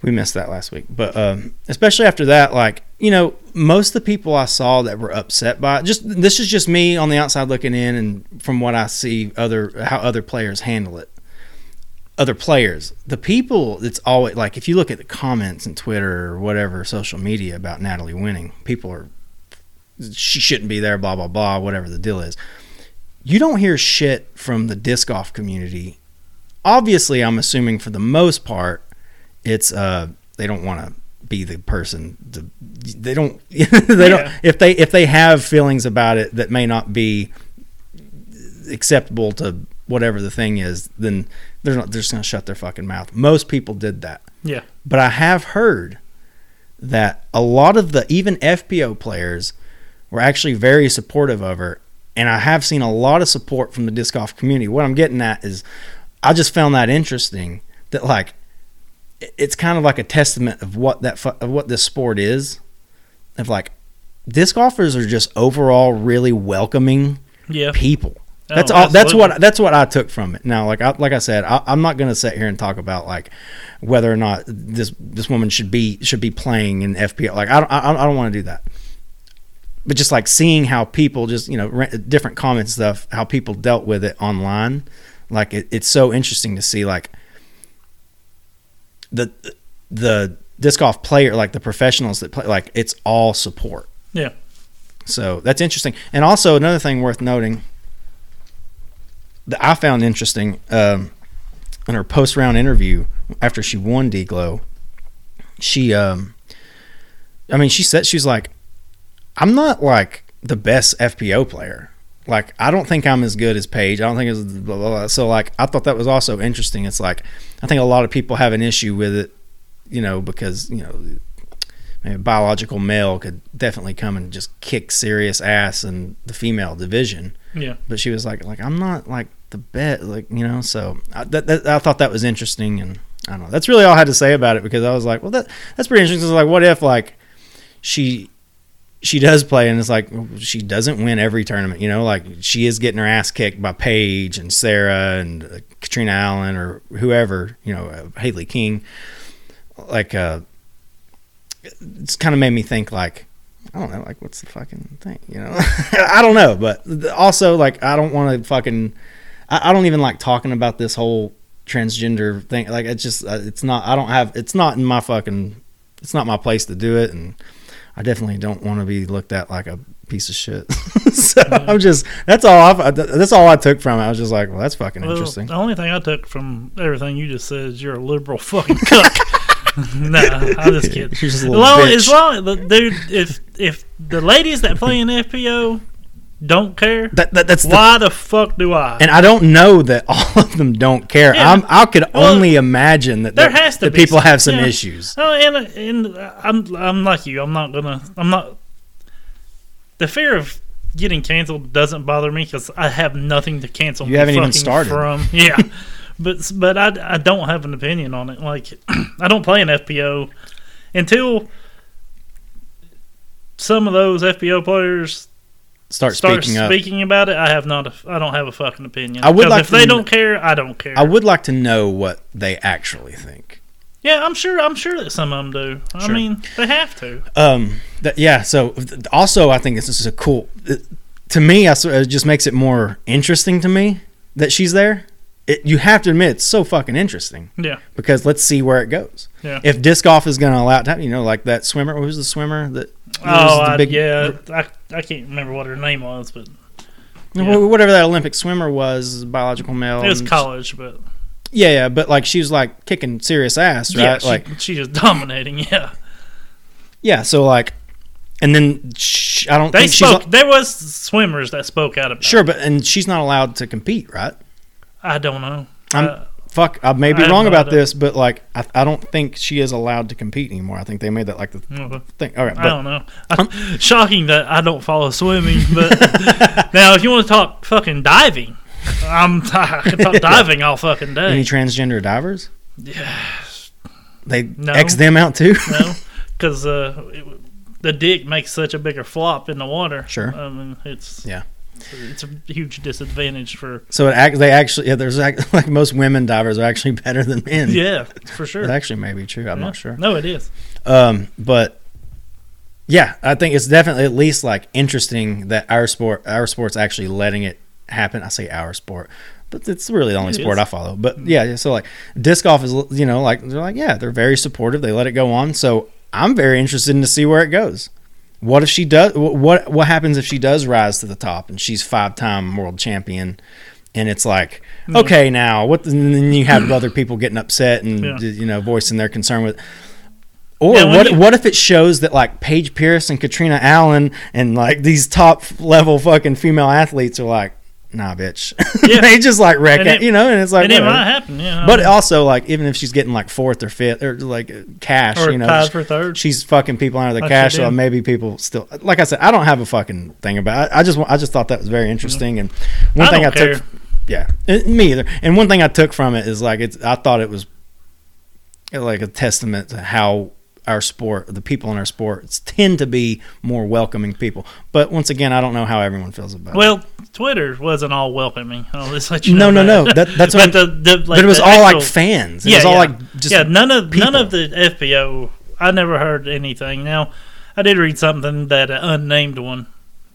Speaker 1: we missed that last week. But um, especially after that, like you know, most of the people I saw that were upset by it, just this is just me on the outside looking in, and from what I see, other how other players handle it. Other players, the people, it's always like if you look at the comments and Twitter or whatever social media about Natalie winning, people are she shouldn't be there, blah, blah, blah, whatever the deal is. You don't hear shit from the disc golf community. Obviously, I'm assuming for the most part, it's uh they don't want to be the person to, they don't they don't
Speaker 2: Yeah.
Speaker 1: if they if they have feelings about it that may not be acceptable to whatever the thing is, then they're not they're just gonna shut their fucking mouth. Most people did that.
Speaker 2: Yeah.
Speaker 1: But I have heard that a lot of the even FPO players were actually very supportive of her. And I have seen a lot of support from the disc golf community. What I'm getting at is I just found that interesting that like it- it's kind of like a testament of what that fu- of what this sport is of like disc golfers are just overall really welcoming
Speaker 2: Yeah.
Speaker 1: people.
Speaker 2: Oh,
Speaker 1: That's all. That's
Speaker 2: absolutely.
Speaker 1: what. That's what I took from it. Now, like I like I said, I, I'm not going to sit here and talk about like whether or not this this woman should be should be playing in FPL. Like I don't I, I don't want to do that. But just like seeing how people just you know ra- different comments stuff, how people dealt with it online, like it, it's so interesting to see like the the disc golf player like the professionals that play like it's all support.
Speaker 2: Yeah.
Speaker 1: So that's interesting. And also another thing worth noting that I found interesting um, in her post round interview after she won D Glow, she, um, I mean, she said she's like, I'm not like the best FPO player. Like, I don't think I'm as good as Paige. I don't think it's blah, blah, blah. So, like, I thought that was also interesting. It's like, I think a lot of people have an issue with it, you know, because, you know, a biological male could definitely come and just kick serious ass in the female division.
Speaker 2: Yeah.
Speaker 1: But she was like, like I'm not like the bet, like you know. So I, that, that, I thought that was interesting, and I don't know. That's really all I had to say about it because I was like, well, that that's pretty interesting. 'Cause, like, what if like she she does play and it's like well, she doesn't win every tournament, you know? Like she is getting her ass kicked by Paige and Sarah and uh, Katrina Allen or whoever, you know, uh, Haley King. Like uh it's kind of made me think like I don't know, like what's the fucking thing, you know? I don't know, but th- also like I don't want to fucking I, I don't even like talking about this whole transgender thing. Like it's just uh, it's not I don't have it's not in my fucking it's not my place to do it and I definitely don't want to be looked at like a piece of shit. so I'm just that's all I that's all I took from it. I was just like, well, that's fucking
Speaker 2: Well,
Speaker 1: interesting.
Speaker 2: The only thing I took from everything you just said is you're a liberal fucking cuck. no, I'm just kidding.
Speaker 1: She's just a
Speaker 2: As
Speaker 1: little
Speaker 2: long,
Speaker 1: bitch.
Speaker 2: as long, the- dude, if if the ladies that play in FPO don't care,
Speaker 1: That, that that's the
Speaker 2: why the fuck do I?
Speaker 1: And I don't know that all of them don't care.
Speaker 2: Yeah.
Speaker 1: I'm, I could
Speaker 2: Well,
Speaker 1: only imagine that
Speaker 2: there
Speaker 1: that-
Speaker 2: has to
Speaker 1: that
Speaker 2: be
Speaker 1: people
Speaker 2: some-
Speaker 1: have some
Speaker 2: yeah.
Speaker 1: issues.
Speaker 2: Oh, and and I'm I'm like you. I'm not gonna. I'm not. The fear of getting canceled doesn't bother me because I have nothing to cancel.
Speaker 1: You haven't even
Speaker 2: fucking
Speaker 1: started.
Speaker 2: from. Yeah, but but I I don't have an opinion on it. Like I don't play an FPO until some of those FPO players
Speaker 1: Start,
Speaker 2: start
Speaker 1: speaking
Speaker 2: speaking,
Speaker 1: up.
Speaker 2: about it. I have not. A, I don't have a fucking opinion.
Speaker 1: I would
Speaker 2: 'Cause
Speaker 1: like
Speaker 2: if
Speaker 1: to-
Speaker 2: they don't care, I don't care.
Speaker 1: I would like to know what they actually think.
Speaker 2: yeah, I'm sure. I'm sure that some of them do. I
Speaker 1: Sure.
Speaker 2: mean, they have to.
Speaker 1: Um, that, yeah. So th- also, I think this is a cool. It, to me, I, s- it just makes it more interesting to me that she's there. It, you have to admit, it's so fucking interesting
Speaker 2: Yeah.
Speaker 1: because let's see where it goes.
Speaker 2: Yeah.
Speaker 1: If disc golf is going to allow it to happen, you know, like that swimmer, who's the swimmer that?
Speaker 2: Oh,
Speaker 1: who's the
Speaker 2: I,
Speaker 1: big-
Speaker 2: yeah. I, I can't remember what her name was, but
Speaker 1: wh-
Speaker 2: yeah.
Speaker 1: Whatever that Olympic swimmer was, biological male.
Speaker 2: it was
Speaker 1: and-
Speaker 2: college. But
Speaker 1: Yeah, yeah, but like she was like kicking serious ass, right?
Speaker 2: yeah, she,
Speaker 1: like
Speaker 2: she just dominating. Yeah,
Speaker 1: yeah, so like, and then sh I don't
Speaker 2: they
Speaker 1: think
Speaker 2: spoke.
Speaker 1: she's
Speaker 2: there was swimmers that spoke out about.
Speaker 1: sure, but and she's not allowed to compete, right?
Speaker 2: I don't know.
Speaker 1: I'm
Speaker 2: Uh,
Speaker 1: fuck. I may be
Speaker 2: I have
Speaker 1: wrong
Speaker 2: no
Speaker 1: about
Speaker 2: idea.
Speaker 1: this, but like I, I don't think she is allowed to compete anymore. I think they made that like the
Speaker 2: okay.
Speaker 1: thing. All right,
Speaker 2: I
Speaker 1: but
Speaker 2: don't know. Shocking that I don't follow swimming, but now if you want to talk fucking diving, I'm I can talk diving all fucking
Speaker 1: any
Speaker 2: day.
Speaker 1: transgender divers? They
Speaker 2: No.
Speaker 1: x them out too.
Speaker 2: You know, because uh, it- the dick makes such a bigger flop in the water.
Speaker 1: Sure.
Speaker 2: I mean it's
Speaker 1: Yeah.
Speaker 2: it's a huge disadvantage for
Speaker 1: so it act, they actually yeah. There's act, like most women divers are actually better than men.
Speaker 2: yeah for sure.
Speaker 1: That actually may be true. I'm
Speaker 2: Yeah.
Speaker 1: not sure.
Speaker 2: No, it is.
Speaker 1: Um, but yeah, I think it's definitely at least like interesting that our sport, our sport's actually letting it happen. I say our sport, but it's really the only
Speaker 2: It
Speaker 1: sport
Speaker 2: is. Mm.
Speaker 1: I follow. But yeah, yeah, so like disc golf is, you know, like they're like, yeah, they're very supportive. They let it go on. So I'm very interested in to see where it goes. What if she does? wh- What what happens if she does rise to the top and she's five time world champion? And it's like,
Speaker 2: Mm.
Speaker 1: okay, now what? the- And then you have other people getting upset and
Speaker 2: Yeah.
Speaker 1: you know voicing their concern with. Or
Speaker 2: Yeah, when
Speaker 1: what?
Speaker 2: you-
Speaker 1: what if it shows that like Paige Pierce and Katrina Allen and like these top level fucking female athletes are like, nah, bitch,
Speaker 2: Yeah.
Speaker 1: they just like wreck
Speaker 2: And
Speaker 1: it,
Speaker 2: it-
Speaker 1: you know? And it's like,
Speaker 2: and it
Speaker 1: whatever.
Speaker 2: might happen, yeah. I
Speaker 1: but uh,
Speaker 2: mean,
Speaker 1: also like even if she's getting like fourth or fifth or like cash,
Speaker 2: or
Speaker 1: you know,
Speaker 2: tied
Speaker 1: she-
Speaker 2: for third.
Speaker 1: she's fucking people under the
Speaker 2: Like she
Speaker 1: cash. So
Speaker 2: did.
Speaker 1: maybe people still, like I said, I don't have a fucking thing about. It. I just wa- I just thought that was very interesting. And one
Speaker 2: I
Speaker 1: thing
Speaker 2: don't
Speaker 1: I
Speaker 2: care.
Speaker 1: took, yeah, and me either. And one thing I took from it is like it's. I thought it was like a testament to how our sport, the people in our sports, tend to be more welcoming people. But once again, I don't know how everyone feels about it.
Speaker 2: Well, Twitter wasn't all welcoming. I'll just let you
Speaker 1: No,
Speaker 2: know
Speaker 1: no,
Speaker 2: that.
Speaker 1: no. That- that's what
Speaker 2: but the, the like,
Speaker 1: but it was
Speaker 2: the
Speaker 1: all
Speaker 2: actual-
Speaker 1: like fans. It
Speaker 2: yeah,
Speaker 1: was all
Speaker 2: yeah.
Speaker 1: like just
Speaker 2: yeah. None of none
Speaker 1: people.
Speaker 2: of the FBO. I never heard anything. Now, I did read something that an unnamed one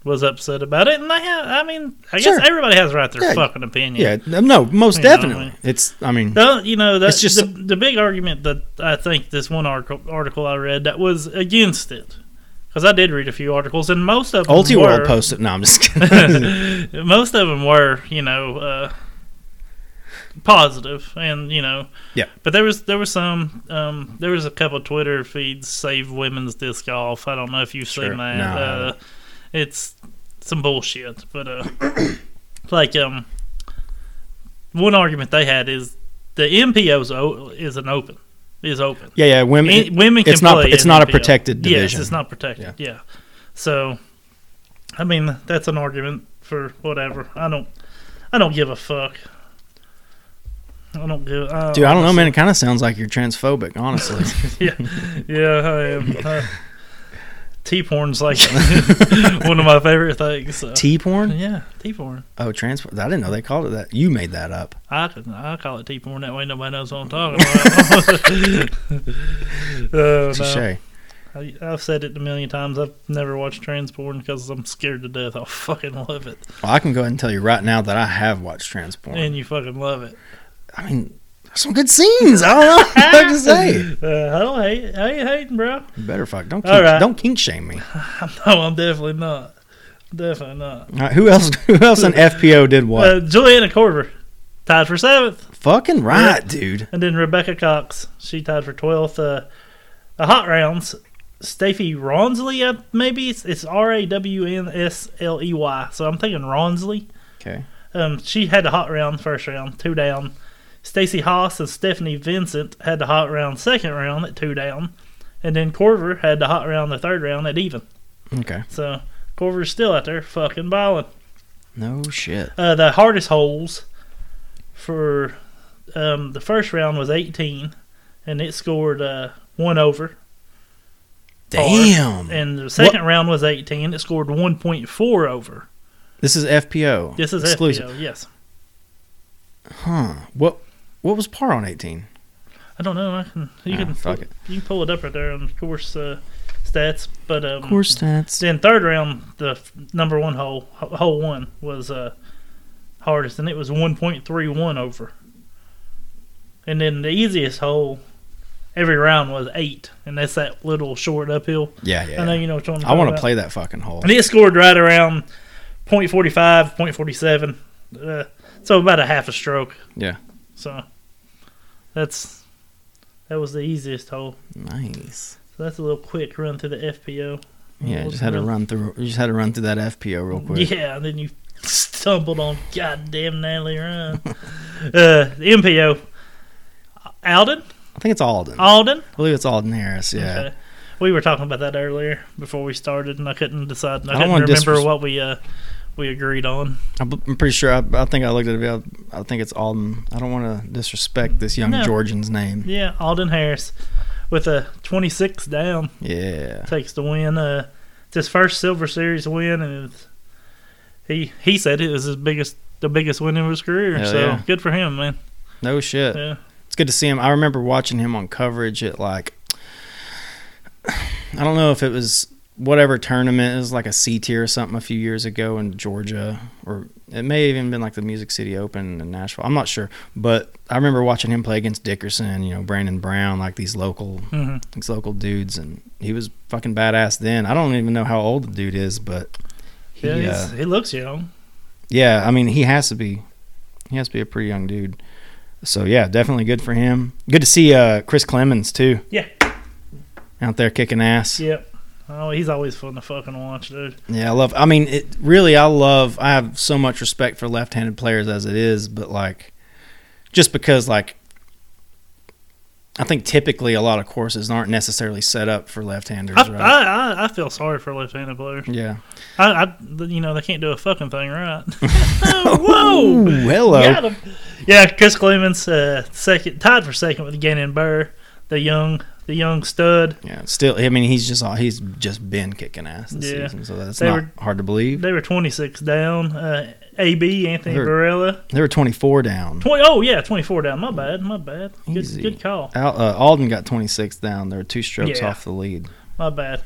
Speaker 2: was upset about it, and I have. I mean, I
Speaker 1: Sure.
Speaker 2: guess everybody has right their
Speaker 1: Yeah.
Speaker 2: fucking opinion.
Speaker 1: yeah. um, No, most
Speaker 2: You know,
Speaker 1: definitely.
Speaker 2: like-
Speaker 1: it's. I mean,
Speaker 2: No, you know that's
Speaker 1: It's just-
Speaker 2: just the, the big argument that I think this one article article I read that was against it because I did read a few articles, and most of them
Speaker 1: Ulti
Speaker 2: were,
Speaker 1: World posted. No, I'm just kidding.
Speaker 2: most of them were, you know, uh, positive, and you know,
Speaker 1: Yeah.
Speaker 2: But there was there was some um, there was a couple Twitter feeds save women's disc golf. I don't know if you've
Speaker 1: Sure.
Speaker 2: seen that.
Speaker 1: No.
Speaker 2: Uh, it's some bullshit, but uh, like um, one argument they had is the MPO is o- is an open is open.
Speaker 1: yeah, yeah. Women.
Speaker 2: Any- women can
Speaker 1: it's not.
Speaker 2: play
Speaker 1: It's
Speaker 2: in
Speaker 1: not a
Speaker 2: NPL.
Speaker 1: protected division.
Speaker 2: Yes, it's not protected. Yeah. So, I mean, that's an argument for whatever. I don't. I don't give a fuck. I don't give. uh, I,
Speaker 1: Dude, I don't know, man. It kind of sounds like you're transphobic, honestly.
Speaker 2: yeah, yeah, I am. Uh, tea porn's like one of my favorite things. So.
Speaker 1: T porn?
Speaker 2: Yeah, tea porn.
Speaker 1: Oh, trans. I didn't know they called it that. You made that up.
Speaker 2: I can, I call it tea porn. That way nobody knows what I'm talking about. Oh, no.
Speaker 1: Touche.
Speaker 2: I, I've said it a million times. I've never watched trans porn because I'm scared to death. I fucking love it,
Speaker 1: Well, I can go ahead and tell you right now that I have watched trans porn.
Speaker 2: and you fucking love it.
Speaker 1: I mean, there's some good scenes. I don't know what to say.
Speaker 2: Uh, I don't hate. it. I ain't hating, bro.
Speaker 1: You better fuck. Don't
Speaker 2: All
Speaker 1: kink,
Speaker 2: right.
Speaker 1: don't kink shame me.
Speaker 2: No, I'm definitely not. Definitely not.
Speaker 1: All right, who else? Who else in FPO did what?
Speaker 2: Uh, Juliana Corver tied for seventh,
Speaker 1: Fucking right, dude.
Speaker 2: and then Rebecca Cox she tied for twelfth. Uh, the hot rounds. Stacey Ronsley, uh, maybe it's, it's R A W N S L E Y. So I'm thinking Ronsley.
Speaker 1: Okay.
Speaker 2: Um, she had the hot round first round, two down. Stacy Haas and Stephanie Vincent had the hot round second round at two down, and then Corver had the hot round the third round at even.
Speaker 1: Okay.
Speaker 2: So Corver's still out there fucking balling.
Speaker 1: No shit.
Speaker 2: Uh, the hardest holes for um, the first round was 18, and it scored uh, one over.
Speaker 1: Damn.
Speaker 2: And the second round was 18. It scored 1.4 over.
Speaker 1: This is FPO.
Speaker 2: This is
Speaker 1: Exclusive.
Speaker 2: FPO. Yes.
Speaker 1: Huh. What? What was par on 18?
Speaker 2: I don't know. I can, you
Speaker 1: Ah,
Speaker 2: can
Speaker 1: fuck
Speaker 2: pull,
Speaker 1: it.
Speaker 2: you can pull it up right there on the course uh, stats. But um,
Speaker 1: Course stats.
Speaker 2: then third round, the f- number one hole, h- hole one was uh, hardest, and it was one point three one over. And then the easiest hole, every round was eight, and that's that little short uphill.
Speaker 1: Yeah, yeah.
Speaker 2: I know you know what I'm talking
Speaker 1: I want
Speaker 2: about.
Speaker 1: to play that fucking hole.
Speaker 2: And it scored right around .45, .47, uh, so about a half a stroke.
Speaker 1: Yeah.
Speaker 2: So that's that was the easiest hole.
Speaker 1: Nice.
Speaker 2: So that's a little quick run through the FPO.
Speaker 1: Yeah, just had to run through. Just had to run through that FPO real quick.
Speaker 2: Yeah, and then you stumbled on goddamn Natalie Run. uh, MPO. Alden?
Speaker 1: I think it's Alden. I
Speaker 2: Alden?
Speaker 1: believe it's Alden Harris. Yeah.
Speaker 2: Okay. We were talking about that earlier before we started, and I couldn't decide.
Speaker 1: don't
Speaker 2: I, couldn't
Speaker 1: wanna
Speaker 2: remember
Speaker 1: disres-
Speaker 2: what we uh, we agreed on.
Speaker 1: I'm I'm pretty sure. I, I think I looked at it. I, I think it's Alden. I don't want to disrespect this young
Speaker 2: No.
Speaker 1: Georgian's name.
Speaker 2: Yeah, Alden Harris with a 26 down
Speaker 1: Yeah.
Speaker 2: takes the win. Uh, it's his first Silver Series win, and it's, he he said it was his biggest the biggest win of his career.
Speaker 1: Hell
Speaker 2: so
Speaker 1: yeah. Uh,
Speaker 2: good for him, man.
Speaker 1: No shit.
Speaker 2: Yeah.
Speaker 1: It's good to see him. I remember watching him on coverage at like, I don't know if it was whatever tournament. It was like a C tier or something a few years ago in Georgia, or it may have even been like the Music City Open in Nashville. I'm not sure, but I remember watching him play against Dickerson, you know, Brandon Brown, like these local
Speaker 2: hmm
Speaker 1: these local dudes, and he was fucking badass then. I don't even know how old the dude is, but he, uh,
Speaker 2: Yeah,
Speaker 1: yeah,
Speaker 2: he's- he looks young.
Speaker 1: yeah, I mean, he has to be. He has to be a pretty young dude. So yeah, definitely good for him. Good to see uh, Chris Clemens too.
Speaker 2: Yeah.
Speaker 1: out there kicking ass. Yeah,
Speaker 2: Yep. Oh, he's always fun to fucking watch, dude.
Speaker 1: I love. I mean, it really. I love. I have so much respect for left-handed players as it is, but like, just because like, I think typically a lot of courses aren't necessarily set up for left-handers.
Speaker 2: I,
Speaker 1: right?
Speaker 2: I, I, I feel sorry for left-handed players.
Speaker 1: yeah.
Speaker 2: I, I, you know, they can't do a fucking thing right. Whoa,
Speaker 1: Ooh, hello.
Speaker 2: got him. Yeah, Chris Clemens, uh, second, tied for second with Gannon Burr, the young, the young stud.
Speaker 1: Yeah. Still, I mean, he's just he's just been kicking ass this
Speaker 2: Yeah.
Speaker 1: season, so that's
Speaker 2: They
Speaker 1: not
Speaker 2: were-
Speaker 1: hard to believe.
Speaker 2: They were 26 down. Uh, AB Anthony
Speaker 1: They're-
Speaker 2: Barella.
Speaker 1: They were twenty-four down.
Speaker 2: 20, oh yeah, 24 down. My bad, my bad. Good,
Speaker 1: Easy.
Speaker 2: good call.
Speaker 1: Al, uh, Alden got 26 down. They're two strokes
Speaker 2: Yeah.
Speaker 1: off the lead.
Speaker 2: My bad.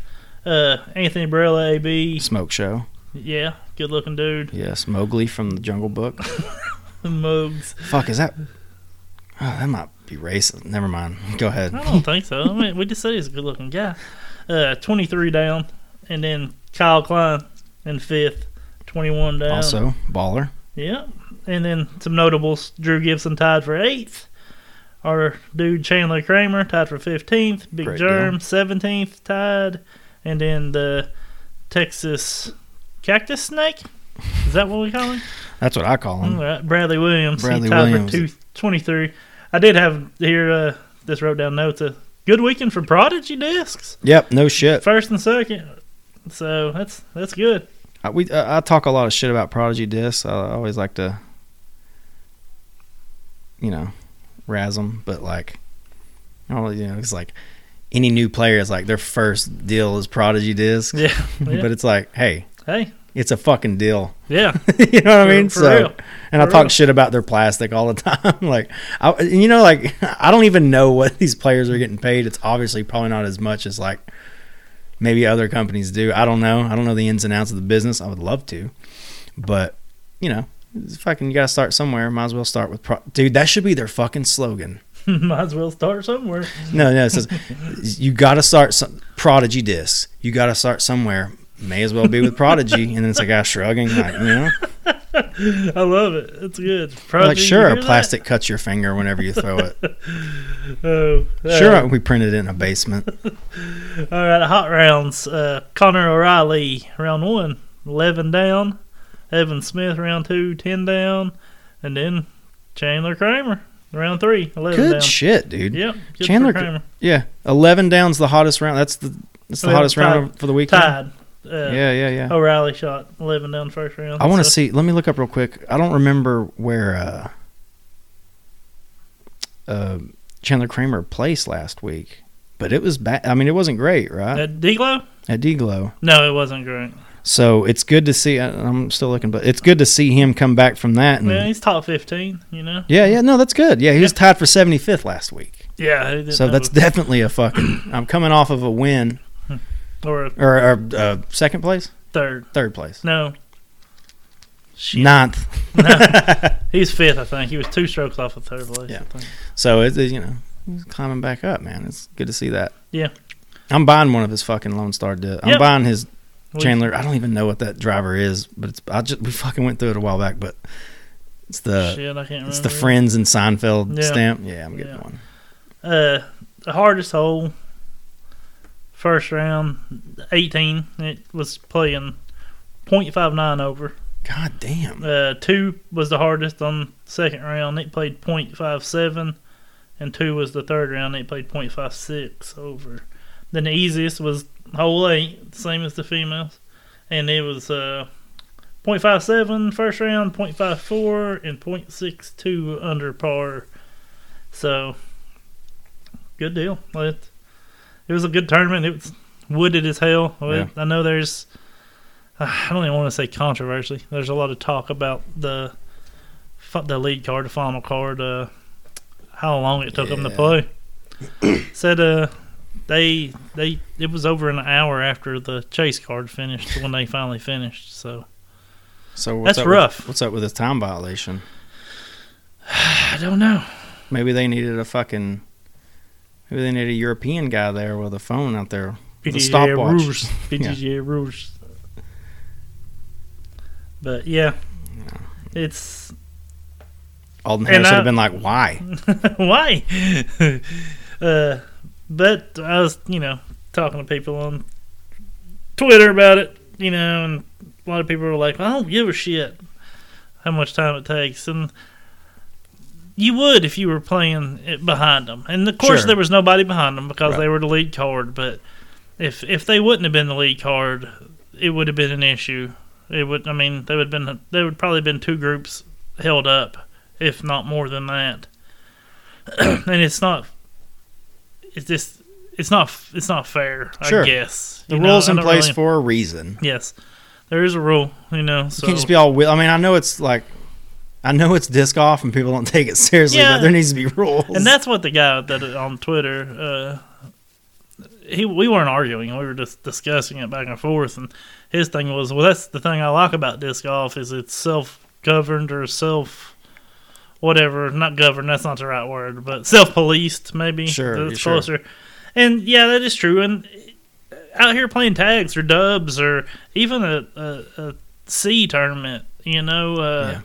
Speaker 2: Uh, Anthony Barella, AB.
Speaker 1: Smoke show.
Speaker 2: Yeah, good looking dude.
Speaker 1: Yes, Mowgli from the Jungle Book.
Speaker 2: Mugs.
Speaker 1: Fuck, is that? Oh, that might be racist. Never mind. Go ahead.
Speaker 2: I don't think so. I mean, we just said he's a good looking guy. Uh, 23 down. and then Kyle Klein in fifth, 21 down.
Speaker 1: Also, baller.
Speaker 2: Yep. And then some notables Drew Gibson tied for eighth. Our dude Chandler Kramer tied for 15th. Big
Speaker 1: Great
Speaker 2: Germ, 17th tied. And then the Texas Cactus Snake. Is that what we call him?
Speaker 1: That's what I call him.
Speaker 2: All right. Bradley Williams.
Speaker 1: Mm. Bradley
Speaker 2: he tied
Speaker 1: Williams.
Speaker 2: for two, 23. I did have here, uh, this wrote down notes. A good weekend for Prodigy discs.
Speaker 1: Yep, no shit.
Speaker 2: First and second. So that's that's good.
Speaker 1: I, we uh, I talk a lot of shit about Prodigy discs. I always like to, you know, razz them, but like, I don't really, you know, it's like any new player is like their first deal is Prodigy discs.
Speaker 2: Yeah. yeah.
Speaker 1: but it's like, hey,
Speaker 2: hey.
Speaker 1: it's a fucking deal.
Speaker 2: Yeah.
Speaker 1: you know what I
Speaker 2: For-
Speaker 1: mean?
Speaker 2: for
Speaker 1: so,
Speaker 2: real.
Speaker 1: and I
Speaker 2: For
Speaker 1: talk
Speaker 2: real.
Speaker 1: shit about their plastic all the time. like, I, and you know, like I don't even know what these players are getting paid. It's obviously probably not as much as like maybe other companies do. I don't know. I don't know the ins and outs of the business. I would love to, but you know, it's fucking you gotta start somewhere. Might as well start with pro- dude. That should be their fucking slogan.
Speaker 2: Might as well start somewhere.
Speaker 1: No, no, it says you gotta start some prodigy discs. You gotta start somewhere. May as well be with Prodigy, and then it's like guy shrugging, like you know.
Speaker 2: I love it. It's good.
Speaker 1: like
Speaker 2: Prodigy, you
Speaker 1: sure,
Speaker 2: hear
Speaker 1: a
Speaker 2: that?
Speaker 1: plastic cuts your finger whenever you throw it.
Speaker 2: Oh, uh,
Speaker 1: sure, we printed it in a basement.
Speaker 2: All right, hot rounds. Uh, Connor O'Reilly, round one, 11 down. Evan Smith, round two, 10 down. And then Chandler Kramer, round three, 11
Speaker 1: Good
Speaker 2: down.
Speaker 1: shit, dude.
Speaker 2: yep. Good
Speaker 1: Chandler
Speaker 2: Chandler Kramer.
Speaker 1: Yeah, eleven down's the hottest round. That's the that's the
Speaker 2: Well,
Speaker 1: hottest round
Speaker 2: tied-
Speaker 1: for the weekend.
Speaker 2: Tied. Uh,
Speaker 1: Yeah, yeah, yeah.
Speaker 2: O'Reilly shot 11 down first round.
Speaker 1: I want to
Speaker 2: so-
Speaker 1: see. Let me look up real quick. I don't remember where uh, uh, Chandler Kramer placed last week, but it was bad. I mean, it wasn't great, right?
Speaker 2: Uh, Diglo?
Speaker 1: At Deglow.
Speaker 2: No, it wasn't great.
Speaker 1: So it's good to see. I- I'm still looking, but it's good to see him come back from that. And
Speaker 2: Well, he's top 15, you know?
Speaker 1: yeah, yeah, no, that's good. Yeah, he was tied for 75th last week.
Speaker 2: Yeah. he didn't
Speaker 1: So
Speaker 2: have
Speaker 1: that's definitely a fucking. I'm coming off of a win
Speaker 2: a, or a
Speaker 1: or, or uh, second place,
Speaker 2: third.
Speaker 1: third place,
Speaker 2: No. Shit.
Speaker 1: ninth.
Speaker 2: He's fifth, I think. He was two strokes off of third place.
Speaker 1: Yeah.
Speaker 2: I think.
Speaker 1: So it's you know he's climbing back up, man. It's good to see that.
Speaker 2: Yeah.
Speaker 1: I'm buying one of his fucking Lone Star. Di- I'm
Speaker 2: Yep.
Speaker 1: buying his
Speaker 2: We-
Speaker 1: Chandler. I don't even know what that driver is, but it's I just we fucking went through it a while back, but it's the
Speaker 2: Shit, I can't remember.
Speaker 1: Uh, it's the Friends and Seinfeld
Speaker 2: Yeah.
Speaker 1: stamp. Yeah, I'm getting
Speaker 2: Yeah.
Speaker 1: one.
Speaker 2: Uh, the hardest hole, first round, 18. It was playing .59 over.
Speaker 1: God damn.
Speaker 2: Uh, two was the hardest on second round. It played .57, and two was the third round. It played .56 over. Then the easiest was hole eight, same as the females, and it was uh, .57 first round, .54 and .62 under par. So good deal. It, it was a good tournament. It was wooded as hell.
Speaker 1: Yeah.
Speaker 2: I know there's I don't even want to say controversy. There's a lot of talk about the fu- the lead card, the final card, uh, how long it took them to
Speaker 1: Yeah.
Speaker 2: play. Said uh, they they it was over an hour after the chase card finished when they finally finished. So
Speaker 1: So what's
Speaker 2: That's
Speaker 1: up with-
Speaker 2: rough.
Speaker 1: what's up with his time violation?
Speaker 2: I don't know.
Speaker 1: Maybe they needed a fucking. Maybe they needed a European guy there with a phone out there The
Speaker 2: PDGA
Speaker 1: stopwatch.
Speaker 2: rules. PDGA rules. But yeah, it's
Speaker 1: Alden
Speaker 2: And
Speaker 1: Hayes would
Speaker 2: I-
Speaker 1: have been like, "Why?"
Speaker 2: Why? uh, but I was, you know, talking to people on Twitter about it, you know, and a lot of people were like, I don't give a shit how much time it takes. And you would if you were playing it behind them. And of course,
Speaker 1: Sure.
Speaker 2: there was nobody behind them because
Speaker 1: Right.
Speaker 2: they were the lead card. But if if they wouldn't have been the lead card, it would have been an issue. It would, I mean, they would have been, there would probably been two groups held up, if not more than that. and it's not, it's just, it's not, it's not fair.
Speaker 1: Sure.
Speaker 2: I guess
Speaker 1: The
Speaker 2: You know,
Speaker 1: rules
Speaker 2: I
Speaker 1: in
Speaker 2: don't
Speaker 1: place
Speaker 2: really-
Speaker 1: for a reason.
Speaker 2: yes, there is a rule. You know,
Speaker 1: You
Speaker 2: so
Speaker 1: can't just be all. Wi- I mean, I know it's like, I know it's disc off and people don't take it seriously,
Speaker 2: Yeah.
Speaker 1: but there needs to be rules.
Speaker 2: and that's what the guy that uh, on Twitter, uh, he we weren't arguing, we were just discussing it back and forth, and his thing was, well, that's the thing I like about disc golf is it's self governed or self whatever, not governed. That's not the right word, but self policed maybe.
Speaker 1: Sure,
Speaker 2: that's
Speaker 1: sure.
Speaker 2: closer. And yeah, that is true, and out here playing tags or dubs or even a, a, a C tournament. You know, uh,
Speaker 1: Yeah.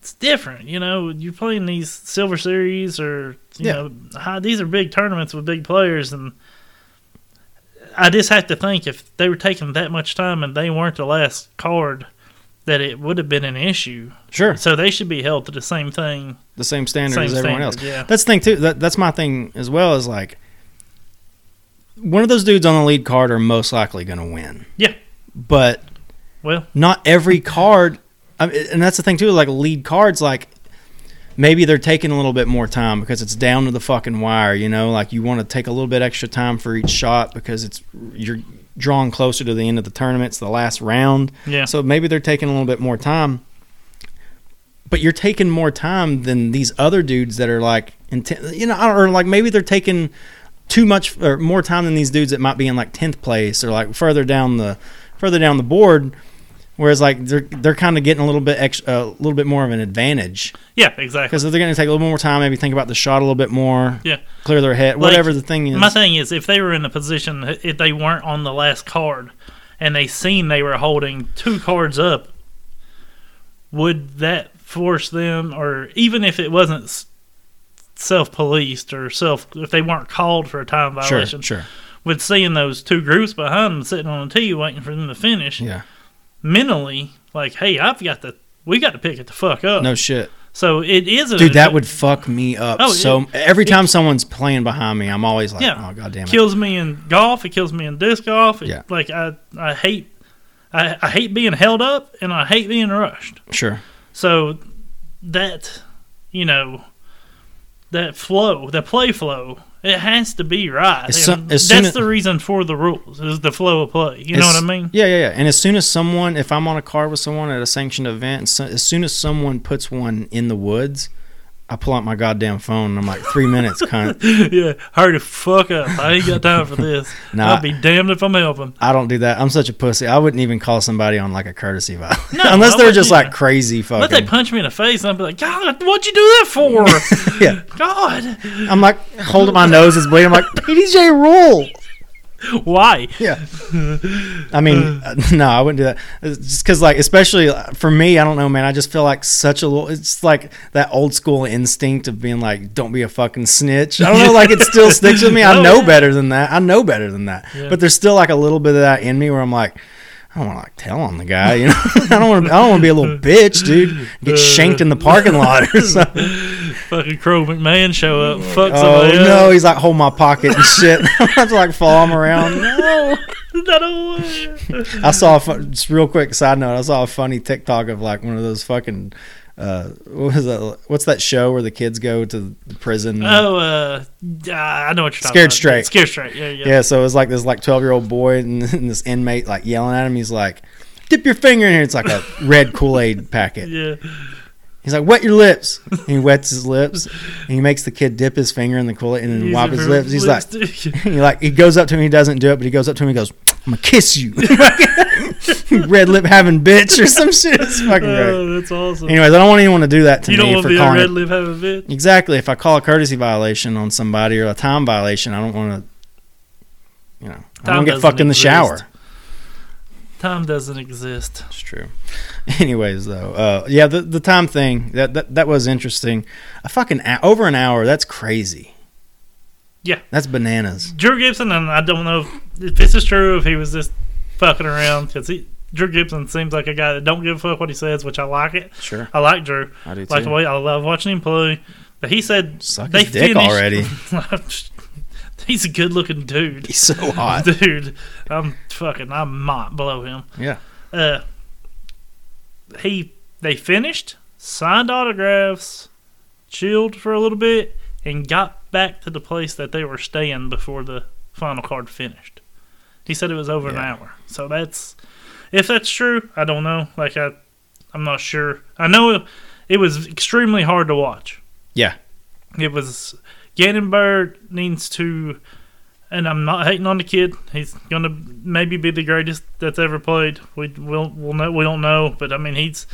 Speaker 2: it's different. You know, you're playing these Silver Series or you
Speaker 1: Yeah.
Speaker 2: know, high, these are big tournaments with big players, and I just have to think if they were taking that much time and they weren't the last card, that it would have been an issue.
Speaker 1: Sure.
Speaker 2: So they should be held to the same thing.
Speaker 1: The same standard
Speaker 2: Same
Speaker 1: as everyone
Speaker 2: standard,
Speaker 1: else.
Speaker 2: yeah.
Speaker 1: That's the thing too. That, that's my thing as well. Is like one of those dudes on the lead card are most likely going to win.
Speaker 2: Yeah.
Speaker 1: But
Speaker 2: Well,
Speaker 1: not every card I mean, and that's the thing too like lead cards like maybe they're taking a little bit more time because it's down to the fucking wire you know like you want to take a little bit extra time for each shot because it's you're drawing closer to the end of the tournament it's the last round
Speaker 2: yeah,
Speaker 1: so maybe they're taking a little bit more time but you're taking more time than these other dudes that are like inten- you know or like maybe they're taking too much or more time than these dudes that might be in like 10th place or like further down the further down the board whereas like they're they're kind of getting a little bit extra, a little bit more of an advantage
Speaker 2: yeah, exactly.
Speaker 1: because they're going to take a little more time maybe think about the shot a little bit more
Speaker 2: Yeah.
Speaker 1: clear their head
Speaker 2: Like,
Speaker 1: whatever the thing is
Speaker 2: My thing is, if they were in a position, if they weren't on the last card, and they seen they were holding two cards up, would that force them, or even if it wasn't self policed or self, if they weren't called for a time
Speaker 1: sure
Speaker 2: violation,
Speaker 1: sure
Speaker 2: with seeing those two groups behind them sitting on the tee waiting for them to finish,
Speaker 1: yeah
Speaker 2: mentally, like, hey, I've got to, we got to pick it the fuck up.
Speaker 1: no shit
Speaker 2: So it is a
Speaker 1: dude that would fuck me up
Speaker 2: Oh,
Speaker 1: so
Speaker 2: it-
Speaker 1: every time someone's playing behind me i'm always like
Speaker 2: Yeah.
Speaker 1: oh god damn it
Speaker 2: kills me in golf. It kills me in disc golf. It,
Speaker 1: Yeah.
Speaker 2: Like I, I hate, I, I hate being held up and I hate being rushed.
Speaker 1: sure
Speaker 2: So that, you know, that flow, the play flow, it has to be right.
Speaker 1: As so-
Speaker 2: And
Speaker 1: as soon
Speaker 2: that's
Speaker 1: as-
Speaker 2: the reason for the rules is the flow of play. You know
Speaker 1: As-
Speaker 2: what I mean?
Speaker 1: yeah yeah yeah and as soon as someone if i'm on a car with someone at a sanctioned event so, as soon as someone puts one in the woods i pull out my goddamn phone and i'm like three minutes cunt
Speaker 2: yeah. Hurry the fuck up. I ain't got time for this.
Speaker 1: Nah.
Speaker 2: I'll be damned if I'm helping.
Speaker 1: i don't do that i'm such a pussy i wouldn't even call somebody on like a courtesy violation
Speaker 2: No,
Speaker 1: unless
Speaker 2: I
Speaker 1: they're
Speaker 2: wouldn't
Speaker 1: just
Speaker 2: either.
Speaker 1: like crazy
Speaker 2: Let they
Speaker 1: fucking
Speaker 2: punch me in the face and I'll be like, God, what'd you do that for?
Speaker 1: yeah
Speaker 2: God,
Speaker 1: i'm like holding my nose is bleeding i'm like pdj rule
Speaker 2: why?
Speaker 1: yeah. I mean, uh, no, I wouldn't do that. It's just because, like, especially uh, for me, I don't know, man. I just feel like such a little. It's like that old school instinct of being like, "Don't be a fucking snitch." I don't know, like it still sticks with me. I
Speaker 2: Oh,
Speaker 1: know
Speaker 2: yeah.
Speaker 1: better than that. I know better than that.
Speaker 2: Yeah.
Speaker 1: But there's still like a little bit of that in me where I'm like. I don't want to like tell on the guy, you know. I don't want to. I don't want to be a little bitch, dude.
Speaker 2: Uh.
Speaker 1: Get shanked in the parking lot or something.
Speaker 2: Fucking Crow McMahon show up, fuck
Speaker 1: Oh
Speaker 2: somebody
Speaker 1: no,
Speaker 2: up.
Speaker 1: he's like hold my pocket and shit. I have to like follow him around. No.
Speaker 2: I don't want it.
Speaker 1: I saw a fun, just real quick side note. I saw a funny TikTok of like one of those fucking uh, what was that? What's that show where the kids go to the prison?
Speaker 2: Oh, uh, I know what you're talking
Speaker 1: Scared
Speaker 2: about.
Speaker 1: straight.
Speaker 2: Scared straight. Yeah, yeah.
Speaker 1: yeah. So it was like this like twelve year old boy and, and this inmate like yelling at him. He's like, "Dip your finger in here." It's like a red Kool Aid packet.
Speaker 2: Yeah.
Speaker 1: He's like, "Wet your lips." And he wets his lips and he makes the kid dip his finger in the Kool Aid and then
Speaker 2: Using
Speaker 1: wipe his
Speaker 2: her
Speaker 1: lips. He's like.
Speaker 2: lipstick.
Speaker 1: He like he goes up to him, he doesn't do it, but he goes up to him, he goes, "I'm gonna kiss you, red lip having bitch or some shit." It's fucking great.
Speaker 2: oh, that's awesome.
Speaker 1: Anyways, I don't want anyone to do that to
Speaker 2: you don't
Speaker 1: me
Speaker 2: want to
Speaker 1: for
Speaker 2: be a
Speaker 1: calling.
Speaker 2: red
Speaker 1: it-
Speaker 2: lip have a bit.
Speaker 1: exactly. If I call a courtesy violation on somebody or a time violation, I don't want to. You know, I
Speaker 2: Time
Speaker 1: don't get
Speaker 2: doesn't
Speaker 1: fucked in the
Speaker 2: exist.
Speaker 1: shower.
Speaker 2: Time doesn't exist.
Speaker 1: It's true. Anyways, though, uh, yeah, the the time thing that that, that was interesting. A fucking hou- over an hour. That's crazy.
Speaker 2: Yeah.
Speaker 1: that's bananas.
Speaker 2: Drew Gibson, and I don't know if, if this is true, if he was just fucking around, because he. Drew Gibson seems like a guy that don't give a fuck what he says, which I like it.
Speaker 1: Sure,
Speaker 2: I like Drew.
Speaker 1: I do
Speaker 2: Like the way I love watching him play. But he said
Speaker 1: Suck
Speaker 2: they
Speaker 1: his dick
Speaker 2: finished-
Speaker 1: already.
Speaker 2: He's a good looking dude.
Speaker 1: He's so hot.
Speaker 2: Dude, I'm fucking, I might blow him.
Speaker 1: Yeah.
Speaker 2: Uh, he, they finished, signed autographs, chilled for a little bit, and got back to the place that they were staying before the final card finished. He said it was over an
Speaker 1: Yeah.
Speaker 2: hour. So that's, if that's true, I don't know. Like, I, I'm not sure. I know it, it was extremely hard to watch.
Speaker 1: Yeah.
Speaker 2: It was Gannonbird needs to, and I'm not hating on the kid. He's gonna maybe be the greatest that's ever played. We will we'll know we don't know, but I mean he's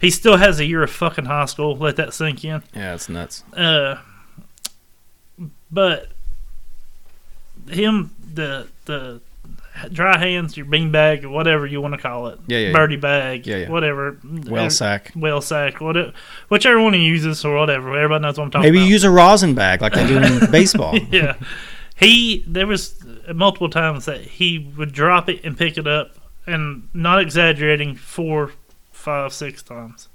Speaker 2: he still has a year of fucking high school. Let that sink in.
Speaker 1: Yeah, it's nuts.
Speaker 2: Uh, but him the the dry hands, your bean bag, whatever you want to call it,
Speaker 1: Yeah, yeah, yeah.
Speaker 2: birdie bag,
Speaker 1: Yeah, yeah.
Speaker 2: whatever,
Speaker 1: well sack.
Speaker 2: well sack, whatever, whichever one he uses or whatever. Everybody knows what I'm talking
Speaker 1: Maybe
Speaker 2: about.
Speaker 1: use a rosin bag like they do in baseball.
Speaker 2: yeah. He there was multiple times that he would drop it and pick it up, and not exaggerating, four, five, six times.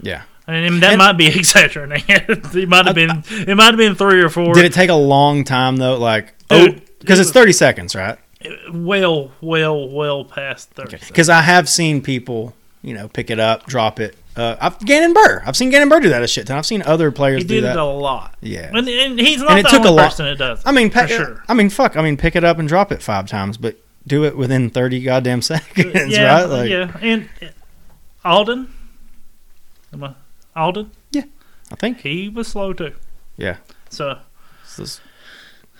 Speaker 1: Yeah.
Speaker 2: And that
Speaker 1: And-
Speaker 2: might be exaggerating. it might have been. It might have been three or four.
Speaker 1: Did it take a long time though? Like oh,
Speaker 2: Dude,
Speaker 1: because
Speaker 2: it
Speaker 1: it's
Speaker 2: was-
Speaker 1: thirty seconds, right?
Speaker 2: well, well, well past thirty.
Speaker 1: Because I have seen people, you know, pick it up, drop it. Uh, I've Gannon Burr. I've seen Gannon Burr do that a shit ton. I've seen other players
Speaker 2: He
Speaker 1: do
Speaker 2: did
Speaker 1: that.
Speaker 2: it a lot.
Speaker 1: uh, yeah.
Speaker 2: And, and he's not
Speaker 1: And it
Speaker 2: the
Speaker 1: took a
Speaker 2: only
Speaker 1: lot.
Speaker 2: person that does. it,
Speaker 1: I mean,
Speaker 2: for
Speaker 1: pa-
Speaker 2: sure.
Speaker 1: I mean, fuck. I mean, pick it up and drop it five times, but do it within thirty goddamn seconds,
Speaker 2: yeah,
Speaker 1: right? Like,
Speaker 2: yeah. And uh, Alden, am I, Alden,
Speaker 1: I think
Speaker 2: he was slow too.
Speaker 1: Yeah.
Speaker 2: So
Speaker 1: it's those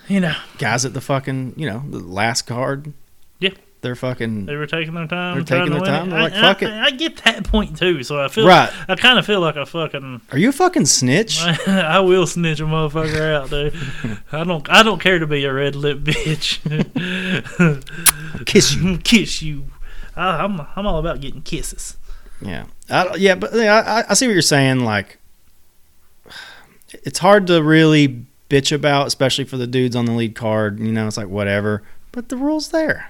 Speaker 2: you know
Speaker 1: guys at the fucking, you know, the last card.
Speaker 2: Yeah.
Speaker 1: they're fucking
Speaker 2: they were taking their time.
Speaker 1: They're
Speaker 2: trying
Speaker 1: taking
Speaker 2: to
Speaker 1: their time.
Speaker 2: win
Speaker 1: They're like,
Speaker 2: I, and I-
Speaker 1: fuck it.
Speaker 2: I, get that point too. So I feel
Speaker 1: Right.
Speaker 2: I kind of feel like a fucking.
Speaker 1: Are you a fucking snitch?
Speaker 2: I, will snitch a motherfucker out, dude. I don't. I don't care to be a red lip bitch.
Speaker 1: Kiss you.
Speaker 2: Kiss you. I, I'm. I'm all about getting kisses.
Speaker 1: Yeah. I, don't- yeah, but yeah, I, I see what you're saying. Like, it's hard to really bitch about, especially for the dudes on the lead card. You know, it's like whatever. But the rule's there.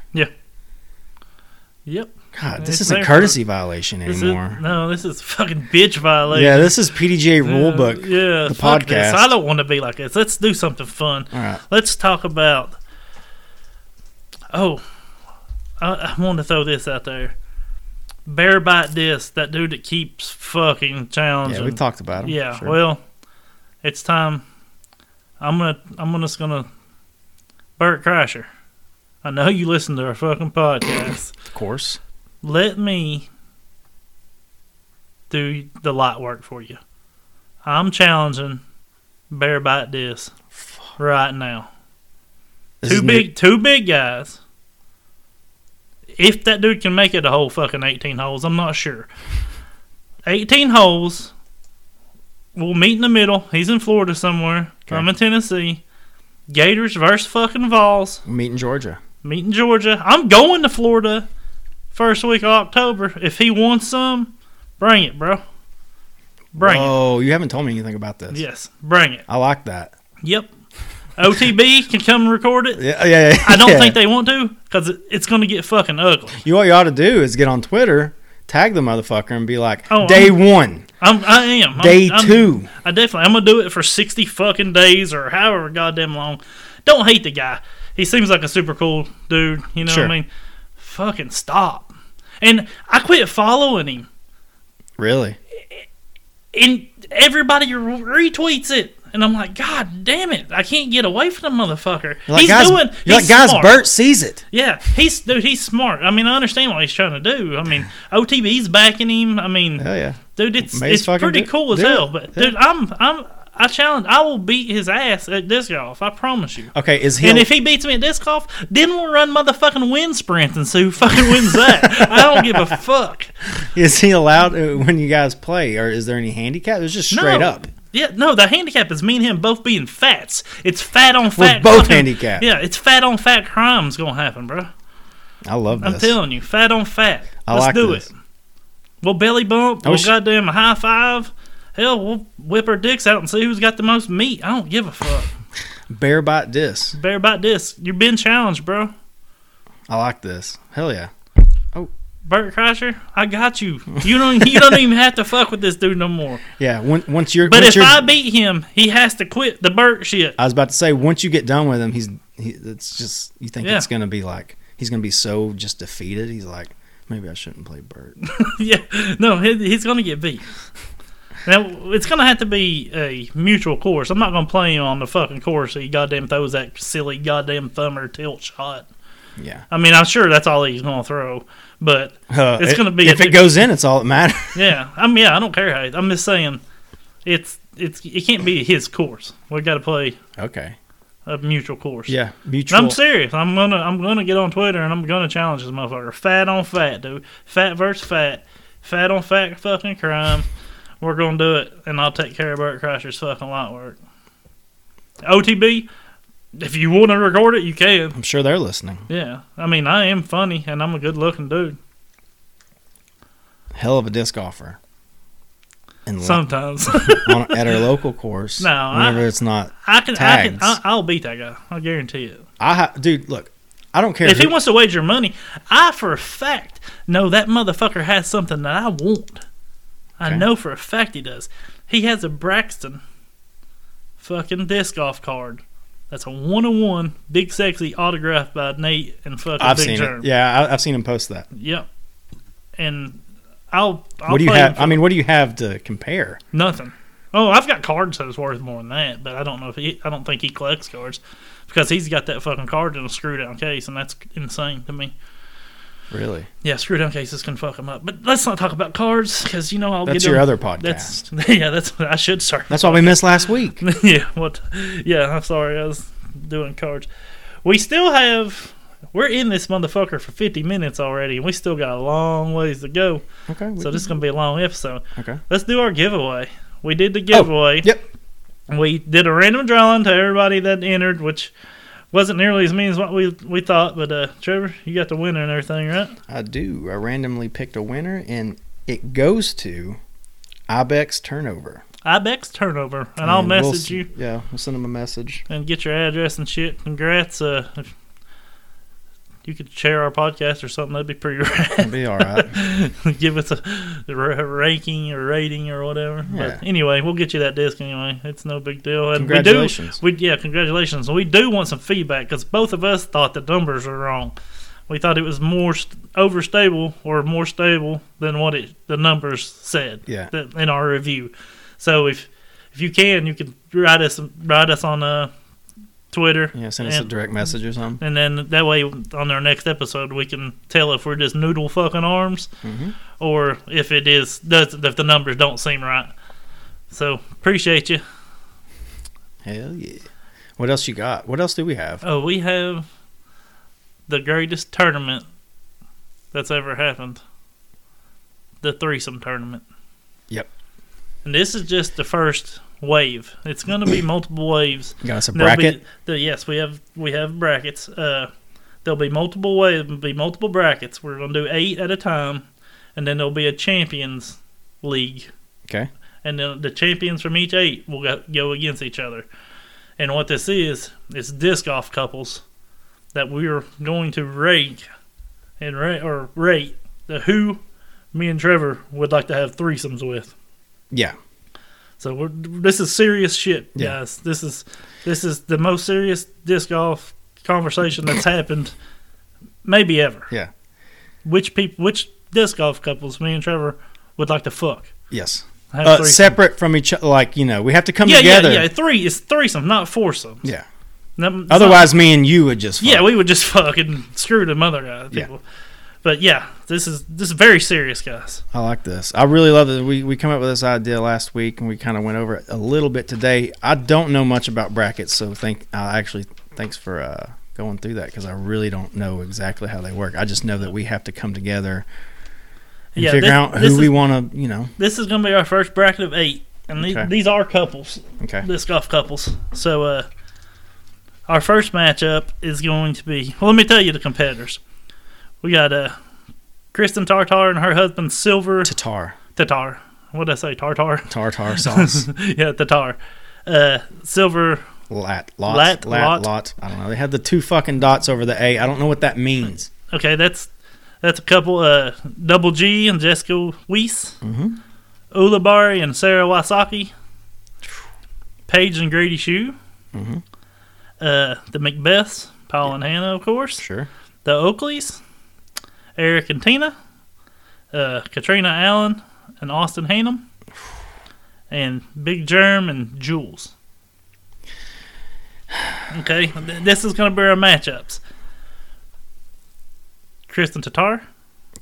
Speaker 2: Yep.
Speaker 1: God, this
Speaker 2: It's
Speaker 1: isn't
Speaker 2: there
Speaker 1: courtesy violation
Speaker 2: This is,
Speaker 1: anymore.
Speaker 2: no, this is fucking bitch violation.
Speaker 1: yeah, this is PDJ rule book.
Speaker 2: Uh, yeah,
Speaker 1: the
Speaker 2: fuck this.
Speaker 1: podcast.
Speaker 2: I don't want to be like this. Let's do something fun.
Speaker 1: All right.
Speaker 2: Let's talk about. Oh, I, I want to throw this out there. Bear bite this that dude that keeps fucking challenging.
Speaker 1: Yeah, we talked about it.
Speaker 2: Yeah, well, it's time. I'm gonna. I'm gonna- just gonna. Bert Crasher, I know you listen to our fucking podcast.
Speaker 1: of course.
Speaker 2: Let me do the light work for you. I'm challenging Bear Bite Dis right now.
Speaker 1: This is
Speaker 2: two
Speaker 1: new-
Speaker 2: big, two big guys. If that dude can make it a whole fucking eighteen holes, I'm not sure. Eighteen holes. We'll meet in the middle. He's in Florida somewhere.
Speaker 1: Okay.
Speaker 2: I'm in Tennessee. Gators versus fucking Vols.
Speaker 1: meet in Georgia.
Speaker 2: Meet in Georgia. I'm going to Florida first week of October. If he wants some, bring it, bro. Bring
Speaker 1: Oh, you haven't told me anything about
Speaker 2: it.
Speaker 1: this.
Speaker 2: Yes, bring it.
Speaker 1: I like that.
Speaker 2: Yep. OTB can come record it.
Speaker 1: Yeah, yeah. yeah.
Speaker 2: I don't
Speaker 1: yeah.
Speaker 2: think they want to because it's going to get fucking ugly.
Speaker 1: You what you ought to do is get on Twitter, tag the motherfucker, and be like,
Speaker 2: Oh,
Speaker 1: day
Speaker 2: I'm-
Speaker 1: one,
Speaker 2: I'm, I am. I'm-
Speaker 1: day
Speaker 2: I'm-
Speaker 1: 2
Speaker 2: I definitely. I'm gonna do it for sixty fucking days or however goddamn long. Don't hate the guy. He seems like a super cool dude. You know
Speaker 1: Sure.
Speaker 2: what I mean? Fucking stop. And I quit following him.
Speaker 1: Really?
Speaker 2: and everybody retweets it. And I'm like, God damn it! I can't get away from the motherfucker.
Speaker 1: You're like,
Speaker 2: he's
Speaker 1: guys,
Speaker 2: doing.
Speaker 1: you're like,
Speaker 2: he's
Speaker 1: guys,
Speaker 2: smart.
Speaker 1: Bert sees it.
Speaker 2: Yeah, he's dude. He's smart. I mean, I understand what he's trying to do. I mean, OTB's backing him. I mean,
Speaker 1: Hell Oh, yeah.
Speaker 2: dude, it's
Speaker 1: May as
Speaker 2: it's
Speaker 1: fucking
Speaker 2: pretty
Speaker 1: do-
Speaker 2: cool as
Speaker 1: do it.
Speaker 2: hell. But dude, I'm I'm I challenge. I will beat his ass at disc golf. I promise you.
Speaker 1: Okay, is he?
Speaker 2: And if he beats me at disc golf, then we'll run motherfucking wind sprints and see who fucking wins that. I don't give a fuck.
Speaker 1: is he allowed uh, when you guys play, or is there any handicap? It's just straight
Speaker 2: No.
Speaker 1: up.
Speaker 2: Yeah, no, the handicap is me and him both being fats. It's fat on fat.
Speaker 1: both
Speaker 2: fucking-
Speaker 1: handicapped.
Speaker 2: Yeah, it's fat on fat crimes gonna happen, bro.
Speaker 1: I love
Speaker 2: I'm
Speaker 1: this.
Speaker 2: telling you, fat on fat.
Speaker 1: I
Speaker 2: Let's
Speaker 1: like
Speaker 2: do
Speaker 1: this.
Speaker 2: it. We'll belly bump.
Speaker 1: I
Speaker 2: We'll
Speaker 1: wish-
Speaker 2: goddamn high five. Hell, we'll whip our dicks out and see who's got the most meat. I don't give a fuck.
Speaker 1: Bear bite dis.
Speaker 2: Bear about this. You're being challenged, bro.
Speaker 1: I like this. Hell yeah.
Speaker 2: Bert Crusher, I got you. You don't. You don't even have to fuck with this dude no more.
Speaker 1: Yeah. When, once you're,
Speaker 2: But
Speaker 1: once
Speaker 2: if
Speaker 1: you're,
Speaker 2: I beat him, he has to quit the Bert shit.
Speaker 1: I was about to say, once you get done with him, he's he, it's just you think
Speaker 2: Yeah.
Speaker 1: it's gonna be like he's gonna be so just defeated. He's like, maybe I shouldn't play Bert.
Speaker 2: yeah, no, he, he's going to get beat. Now it's going to have to be a mutual course. I'm not going to play him on the fucking course. He goddamn throws that silly goddamn thumber tilt shot.
Speaker 1: Yeah.
Speaker 2: I mean, I'm sure that's all he's going to throw, but
Speaker 1: Uh,
Speaker 2: It's
Speaker 1: it-
Speaker 2: gonna be a
Speaker 1: if it
Speaker 2: diff-
Speaker 1: goes in, it's all that matters.
Speaker 2: yeah, I'm yeah, I don't care how. I'm just saying, it's it's it can't be his course. We got to play
Speaker 1: okay.
Speaker 2: a mutual course.
Speaker 1: Yeah.
Speaker 2: And
Speaker 1: Mutual.
Speaker 2: I'm serious. I'm gonna I'm gonna get on Twitter and I'm gonna challenge this motherfucker. Fat on fat, dude. Fat versus fat. Fat on fat fucking crime. We're gonna do it, and I'll take care of Bert Crusher's fucking light work. OTB, if you want to record it, you can.
Speaker 1: I'm sure they're listening.
Speaker 2: Yeah, I mean, I am funny and I'm a good looking dude.
Speaker 1: Hell of a disc offer. And lo-
Speaker 2: Sometimes
Speaker 1: on, at our local course,
Speaker 2: No, I-
Speaker 1: whenever it's not,
Speaker 2: I can, I
Speaker 1: Tags.
Speaker 2: can, I, I'll beat that guy. I guarantee it.
Speaker 1: I ha- dude, look, I don't care
Speaker 2: If
Speaker 1: who-
Speaker 2: he wants to wager money, I for a fact know that motherfucker has something that I want. I
Speaker 1: Okay.
Speaker 2: know for a fact he does. He has a Braxton fucking disc golf card. That's a one on one, big sexy autographed by Nate and fucking
Speaker 1: I've
Speaker 2: Big
Speaker 1: seen
Speaker 2: Germ.
Speaker 1: it. Yeah, I, I've seen him post that.
Speaker 2: Yep. And I'll, I'll
Speaker 1: what do you
Speaker 2: play him
Speaker 1: have?
Speaker 2: for
Speaker 1: I mean, what do you have to compare?
Speaker 2: Nothing. Oh, I've got cards that is worth more than that, but I don't know if he. I don't think he collects cards because he's got that fucking card in a screw down case, and that's insane to me.
Speaker 1: Really,
Speaker 2: Yeah, screw down cases can fuck him up. But let's not talk about cards because you know I'll
Speaker 1: that's
Speaker 2: get
Speaker 1: your
Speaker 2: them-
Speaker 1: other podcast. That's,
Speaker 2: That's yeah. That's I should start.
Speaker 1: why we missed last week.
Speaker 2: yeah. What? Yeah. I'm sorry. I was doing cards. We still have. We're in this motherfucker for 50 minutes already, and we still got a long ways to go.
Speaker 1: Okay, we-
Speaker 2: So this is gonna be a long episode.
Speaker 1: okay. Oh,
Speaker 2: Let's do our giveaway. We did the giveaway.
Speaker 1: yep.
Speaker 2: We did a random drawing to everybody that entered, which wasn't nearly as many as what we we thought. But uh, Trevor, you got the winner and everything, right?
Speaker 1: I do. I randomly picked a winner, and it goes to Ibex Turnover.
Speaker 2: Ibex turnover, and, I'll
Speaker 1: we'll
Speaker 2: message
Speaker 1: s-
Speaker 2: you
Speaker 1: Yeah, we'll send him a message.
Speaker 2: and get your address and shit. Congrats. Uh, if you could share our podcast or something. That'd be pretty rad.
Speaker 1: It'll be all right.
Speaker 2: Give us a, a ra- ranking or rating or whatever.
Speaker 1: Yeah.
Speaker 2: But anyway, we'll get you that disc anyway. It's no big deal. And
Speaker 1: Congratulations.
Speaker 2: We do, we, yeah, congratulations. We do want some feedback because both of us thought the numbers were wrong. We thought it was more st- overstable or more stable than what it the numbers said
Speaker 1: Yeah.
Speaker 2: th- in our review. So if if you can, you can write us write us on uh, Twitter.
Speaker 1: Yeah, send us a
Speaker 2: and-
Speaker 1: direct message or something.
Speaker 2: and then that way, on our next episode, we can tell if we're just noodle fucking arms,
Speaker 1: Mhm.
Speaker 2: or if it is does if the numbers don't seem right. So appreciate you.
Speaker 1: Hell yeah. What else you got? What else do we have?
Speaker 2: Oh, we have the greatest tournament that's ever happened. The threesome tournament.
Speaker 1: Yep.
Speaker 2: And this is just the first wave. It's going to be multiple waves.
Speaker 1: You got us a
Speaker 2: There'll be-
Speaker 1: bracket.
Speaker 2: the- yes, we have we have brackets. Uh, there'll be multiple ways, be multiple brackets. We're gonna do eight at a time, and then there'll be a champions league.
Speaker 1: Okay.
Speaker 2: And then the champions from each eight will go, go against each other. And what this is, is disc golf couples that we are going to rank and ra- or rate the who me and Trevor would like to have threesomes with.
Speaker 1: yeah.
Speaker 2: So we're this is serious shit,
Speaker 1: Yeah.
Speaker 2: guys. This is this is the most serious disc golf conversation that's happened maybe ever.
Speaker 1: Yeah.
Speaker 2: Which people which disc golf couples me and Trevor would like to fuck?
Speaker 1: Yes.
Speaker 2: Have
Speaker 1: Uh,
Speaker 2: threesome.
Speaker 1: separate from each other. Like, you know, we have to come
Speaker 2: yeah,
Speaker 1: together.
Speaker 2: yeah, yeah. Three is threesome, not foursome.
Speaker 1: Yeah.
Speaker 2: No-
Speaker 1: Otherwise, me and you would just.
Speaker 2: Yeah,
Speaker 1: fuck.
Speaker 2: we would just fucking screw the mother out of
Speaker 1: Yeah.
Speaker 2: people. But yeah, this is this is very serious, guys.
Speaker 1: I like this. I really love it. We, we come up with this idea last week and we kind of went over it a little bit today. I don't know much about brackets, so thank uh, actually thanks for uh, going through that because I really don't know exactly how they work. I just know that we have to come together and
Speaker 2: Yeah,
Speaker 1: figure
Speaker 2: this-
Speaker 1: out who
Speaker 2: this
Speaker 1: we
Speaker 2: is-
Speaker 1: want to, you know.
Speaker 2: This is gonna be our first bracket of eight, and these,
Speaker 1: Okay.
Speaker 2: these are couples.
Speaker 1: Okay.
Speaker 2: disc golf couples. So uh, our first matchup is going to be. Well, let me tell you the competitors. We got uh, Kristen Tartar and her husband Silver
Speaker 1: Tatar.
Speaker 2: Tatar. What did I say? Tartar.
Speaker 1: Tartar sauce.
Speaker 2: yeah, Tatar. Uh, Silver.
Speaker 1: Lat, lot,
Speaker 2: Lat,
Speaker 1: lat,
Speaker 2: lot.
Speaker 1: lot, I don't know. They had the two fucking dots over the A. I don't know what that means.
Speaker 2: Okay, that's that's a couple. Uh, Double G and Jessica Weiss.
Speaker 1: Mm-hmm.
Speaker 2: Ulabari and Sarah Wasaki. Paige and Grady Shue.
Speaker 1: Mm-hmm.
Speaker 2: Uh, the Macbeths, Paul and Hannah, of course.
Speaker 1: Sure.
Speaker 2: the Oakleys, Eric and Tina, uh, Katrina Allen, and Austin Hanum, and Big Germ and Jules. Okay, th- this is going to be our matchups. Kristen Tatar.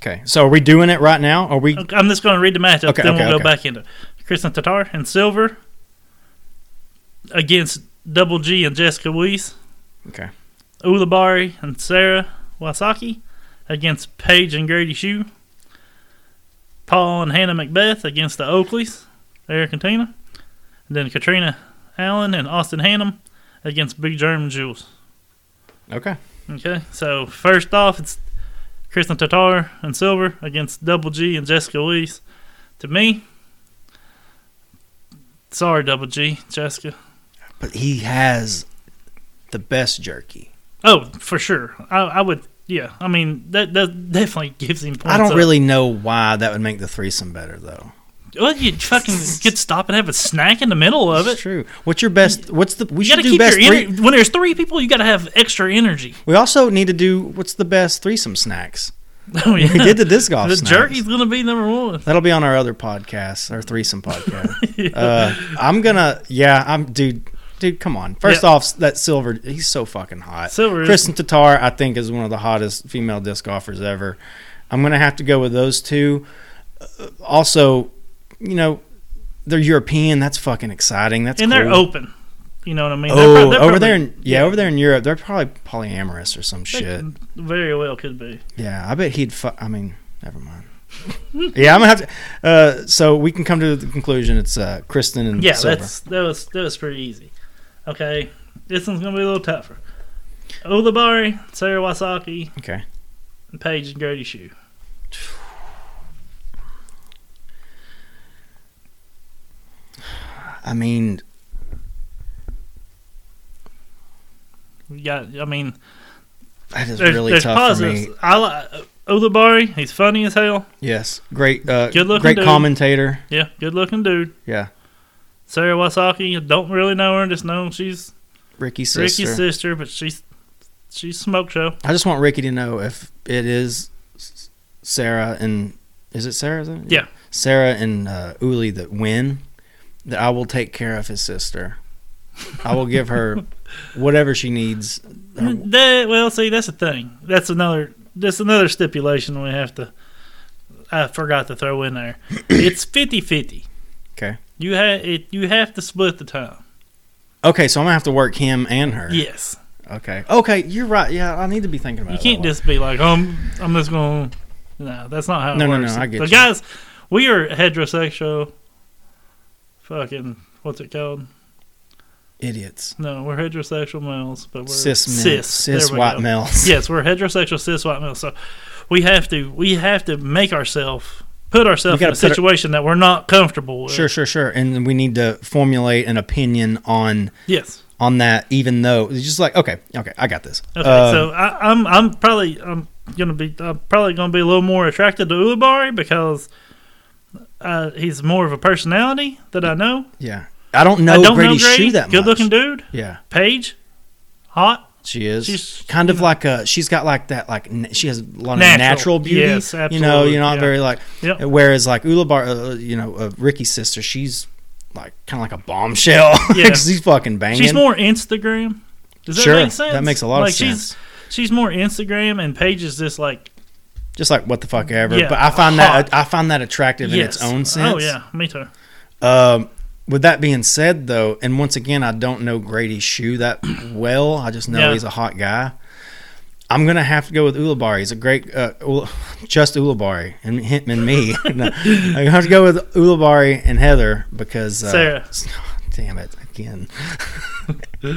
Speaker 1: Okay. So are we doing it right now? Are we?
Speaker 2: Okay, I'm just going to read the matchup,
Speaker 1: Okay,
Speaker 2: then
Speaker 1: okay,
Speaker 2: we'll go
Speaker 1: okay.
Speaker 2: back into it. Kristen Tatar and Silver against Double G and Jessica Weiss.
Speaker 1: Okay.
Speaker 2: Ulabari and Sarah Wasaki against Paige and Grady Shue. Paul and Hannah Macbeth against the Oakleys, Eric and Tina. And then Katrina Allen and Austin Hannum against Big German Jules.
Speaker 1: Okay.
Speaker 2: Okay, so first off, it's Kristen Tatar and Silver against Double G and Jessica Lees. To me, sorry, Double G, Jessica.
Speaker 1: But he has the best jerky.
Speaker 2: Oh, for sure. I, I would, yeah. I mean, that that definitely gives him points.
Speaker 1: I don't
Speaker 2: up.
Speaker 1: really know why that would make the threesome better though.
Speaker 2: Well, you fucking could stop and have a snack in the middle of
Speaker 1: That's
Speaker 2: it.
Speaker 1: true. What's your best? What's the? We
Speaker 2: You
Speaker 1: should
Speaker 2: gotta
Speaker 1: do
Speaker 2: keep
Speaker 1: best.
Speaker 2: your
Speaker 1: Three,
Speaker 2: energy. When there's three people, you gotta have extra energy.
Speaker 1: we also need to do what's the best threesome snacks.
Speaker 2: Oh yeah.
Speaker 1: We did the disc golf.
Speaker 2: The
Speaker 1: snacks.
Speaker 2: jerky's gonna be number one.
Speaker 1: That'll be on our other podcast, our threesome podcast. uh, I'm gonna, yeah, I'm dude, dude, come on. First
Speaker 2: Yeah.
Speaker 1: off, that Silver, he's so fucking hot.
Speaker 2: Silver is-
Speaker 1: Kristen Tatar, I think, is one of the hottest female disc golfers ever. I'm gonna have to go with those two. Uh, also, you know, they're European. That's fucking exciting. That's
Speaker 2: and they're
Speaker 1: cool.
Speaker 2: open. You know what I mean?
Speaker 1: Oh,
Speaker 2: They're prob- they're
Speaker 1: over
Speaker 2: probably-
Speaker 1: there, in, yeah, over there in Europe, they're probably polyamorous or some
Speaker 2: they
Speaker 1: shit.
Speaker 2: Very well could be.
Speaker 1: Yeah, I bet he'd. Fu- I mean, never mind. yeah, I'm gonna have to. Uh, so we can come to the conclusion. It's uh, Kristen and
Speaker 2: Yeah,
Speaker 1: Silver.
Speaker 2: that's that was that was pretty easy. Okay, this one's gonna be a little tougher. Ulibarri, Sarah Wasaki,
Speaker 1: okay.
Speaker 2: and Paige and Grady Shoe.
Speaker 1: I mean,
Speaker 2: We got. I mean,
Speaker 1: that is
Speaker 2: there's,
Speaker 1: really
Speaker 2: there's
Speaker 1: tough
Speaker 2: positives.
Speaker 1: for me.
Speaker 2: I like Ulibarri. He's funny as hell.
Speaker 1: Yes, great. Uh,
Speaker 2: Good looking
Speaker 1: great
Speaker 2: dude.
Speaker 1: commentator.
Speaker 2: Yeah, good looking dude.
Speaker 1: Yeah,
Speaker 2: Sarah Wasaki. I don't really know her. Just know she's
Speaker 1: Ricky's sister.
Speaker 2: Ricky's sister, but she's she's smoke show.
Speaker 1: I just want Ricky to know if it is S- Sarah and is it Sarah? Is it?
Speaker 2: Yeah.
Speaker 1: Sarah and uh, Uli that win. That I will take care of his sister. I will give her whatever she needs. Her-
Speaker 2: That, well, see, that's the thing. That's another. That's another stipulation we have to. I forgot to throw in there. it's 50-50.
Speaker 1: Okay.
Speaker 2: You have it. You have to split the time.
Speaker 1: Okay, so I'm gonna have to work him and her.
Speaker 2: Yes,
Speaker 1: Okay. Okay, you're right. Yeah, I need to be thinking about.
Speaker 2: you
Speaker 1: it
Speaker 2: can't
Speaker 1: that way.
Speaker 2: just be like, um, I'm just going. to No, that's not how. It
Speaker 1: No, no,
Speaker 2: works.
Speaker 1: no, I get
Speaker 2: so
Speaker 1: you.
Speaker 2: guys, we are heterosexual. Fucking what's it called?
Speaker 1: idiots.
Speaker 2: No, we're heterosexual males, but we're
Speaker 1: Cis men,
Speaker 2: Cis,
Speaker 1: cis,
Speaker 2: There we
Speaker 1: white
Speaker 2: go.
Speaker 1: males.
Speaker 2: Yes, we're heterosexual cis white males. So we have to we have to make ourselves put ourselves
Speaker 1: We
Speaker 2: in
Speaker 1: gotta
Speaker 2: a
Speaker 1: put our-
Speaker 2: situation that we're not comfortable with.
Speaker 1: Sure, sure, sure. And we need to formulate an opinion on
Speaker 2: Yes.
Speaker 1: on that, even though it's just like, okay, okay, I got this.
Speaker 2: Okay.
Speaker 1: Um,
Speaker 2: so I, I'm I'm probably I'm gonna be I'm probably gonna be a little more attracted to Ulibari because uh, he's more of a personality that I know.
Speaker 1: yeah, I don't know
Speaker 2: I don't
Speaker 1: Brady
Speaker 2: know Grady.
Speaker 1: Shue that
Speaker 2: Good
Speaker 1: much.
Speaker 2: looking dude.
Speaker 1: Yeah,
Speaker 2: Paige, hot.
Speaker 1: she is.
Speaker 2: She's-
Speaker 1: kind
Speaker 2: you
Speaker 1: of
Speaker 2: know.
Speaker 1: like a. She's got like that. Like n- she has a lot of
Speaker 2: Natural.
Speaker 1: natural beauty.
Speaker 2: Yes,
Speaker 1: You know,
Speaker 2: absolutely,
Speaker 1: you're not
Speaker 2: yeah.
Speaker 1: very like.
Speaker 2: Yep.
Speaker 1: Whereas like Ulabar, uh, you know, uh, Ricky's sister, she's like kind of like a bombshell.
Speaker 2: Yeah.
Speaker 1: Yeah, she's fucking banging.
Speaker 2: She's more Instagram. Does that
Speaker 1: sure,
Speaker 2: make sense?
Speaker 1: that makes a lot
Speaker 2: like
Speaker 1: of
Speaker 2: she's,
Speaker 1: sense.
Speaker 2: She's more Instagram, and Paige is just like
Speaker 1: Just like what the fuck ever.
Speaker 2: Yeah,
Speaker 1: but I find
Speaker 2: hot.
Speaker 1: that I find that attractive in
Speaker 2: yes.
Speaker 1: its own sense.
Speaker 2: Oh yeah, me too.
Speaker 1: Um, with that being said, though, and once again, I don't know Grady's shoe that well. I just know
Speaker 2: Yeah.
Speaker 1: he's a hot guy. I'm gonna have to go with Ulabari. He's a great, uh, Ula, just Ulabari and him and me. No, I'm gonna have to go with Ulabari and Heather because uh,
Speaker 2: Sarah.
Speaker 1: Damn it again.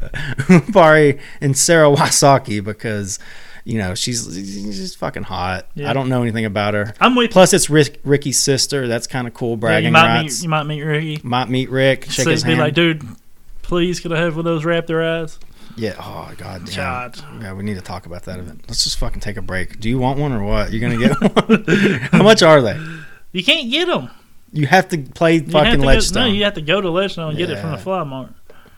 Speaker 1: Ulabari and Sarah Wasaki because you know she's she's fucking hot.
Speaker 2: Yeah.
Speaker 1: I don't know anything about her.
Speaker 2: I'm with
Speaker 1: Plus, it's Rick, Ricky's sister. That's kind of cool.
Speaker 2: Yeah,
Speaker 1: Bragging
Speaker 2: you might
Speaker 1: rights
Speaker 2: meet you might meet Ricky.
Speaker 1: might meet Rick, shake
Speaker 2: so
Speaker 1: his
Speaker 2: be
Speaker 1: hand.
Speaker 2: like, dude, please could I have one of those raptor eyes?
Speaker 1: yeah. Oh god damn.
Speaker 2: God.
Speaker 1: Yeah, we need to talk about that event. Let's just fucking take a break. Do you want one or what? You're gonna get one. How much are they?
Speaker 2: You can't get them.
Speaker 1: You have to play
Speaker 2: You have
Speaker 1: fucking
Speaker 2: to go, no,
Speaker 1: Ledgestone.
Speaker 2: you have to go to Ledgestone and get it from the
Speaker 1: Yeah.
Speaker 2: fly mart.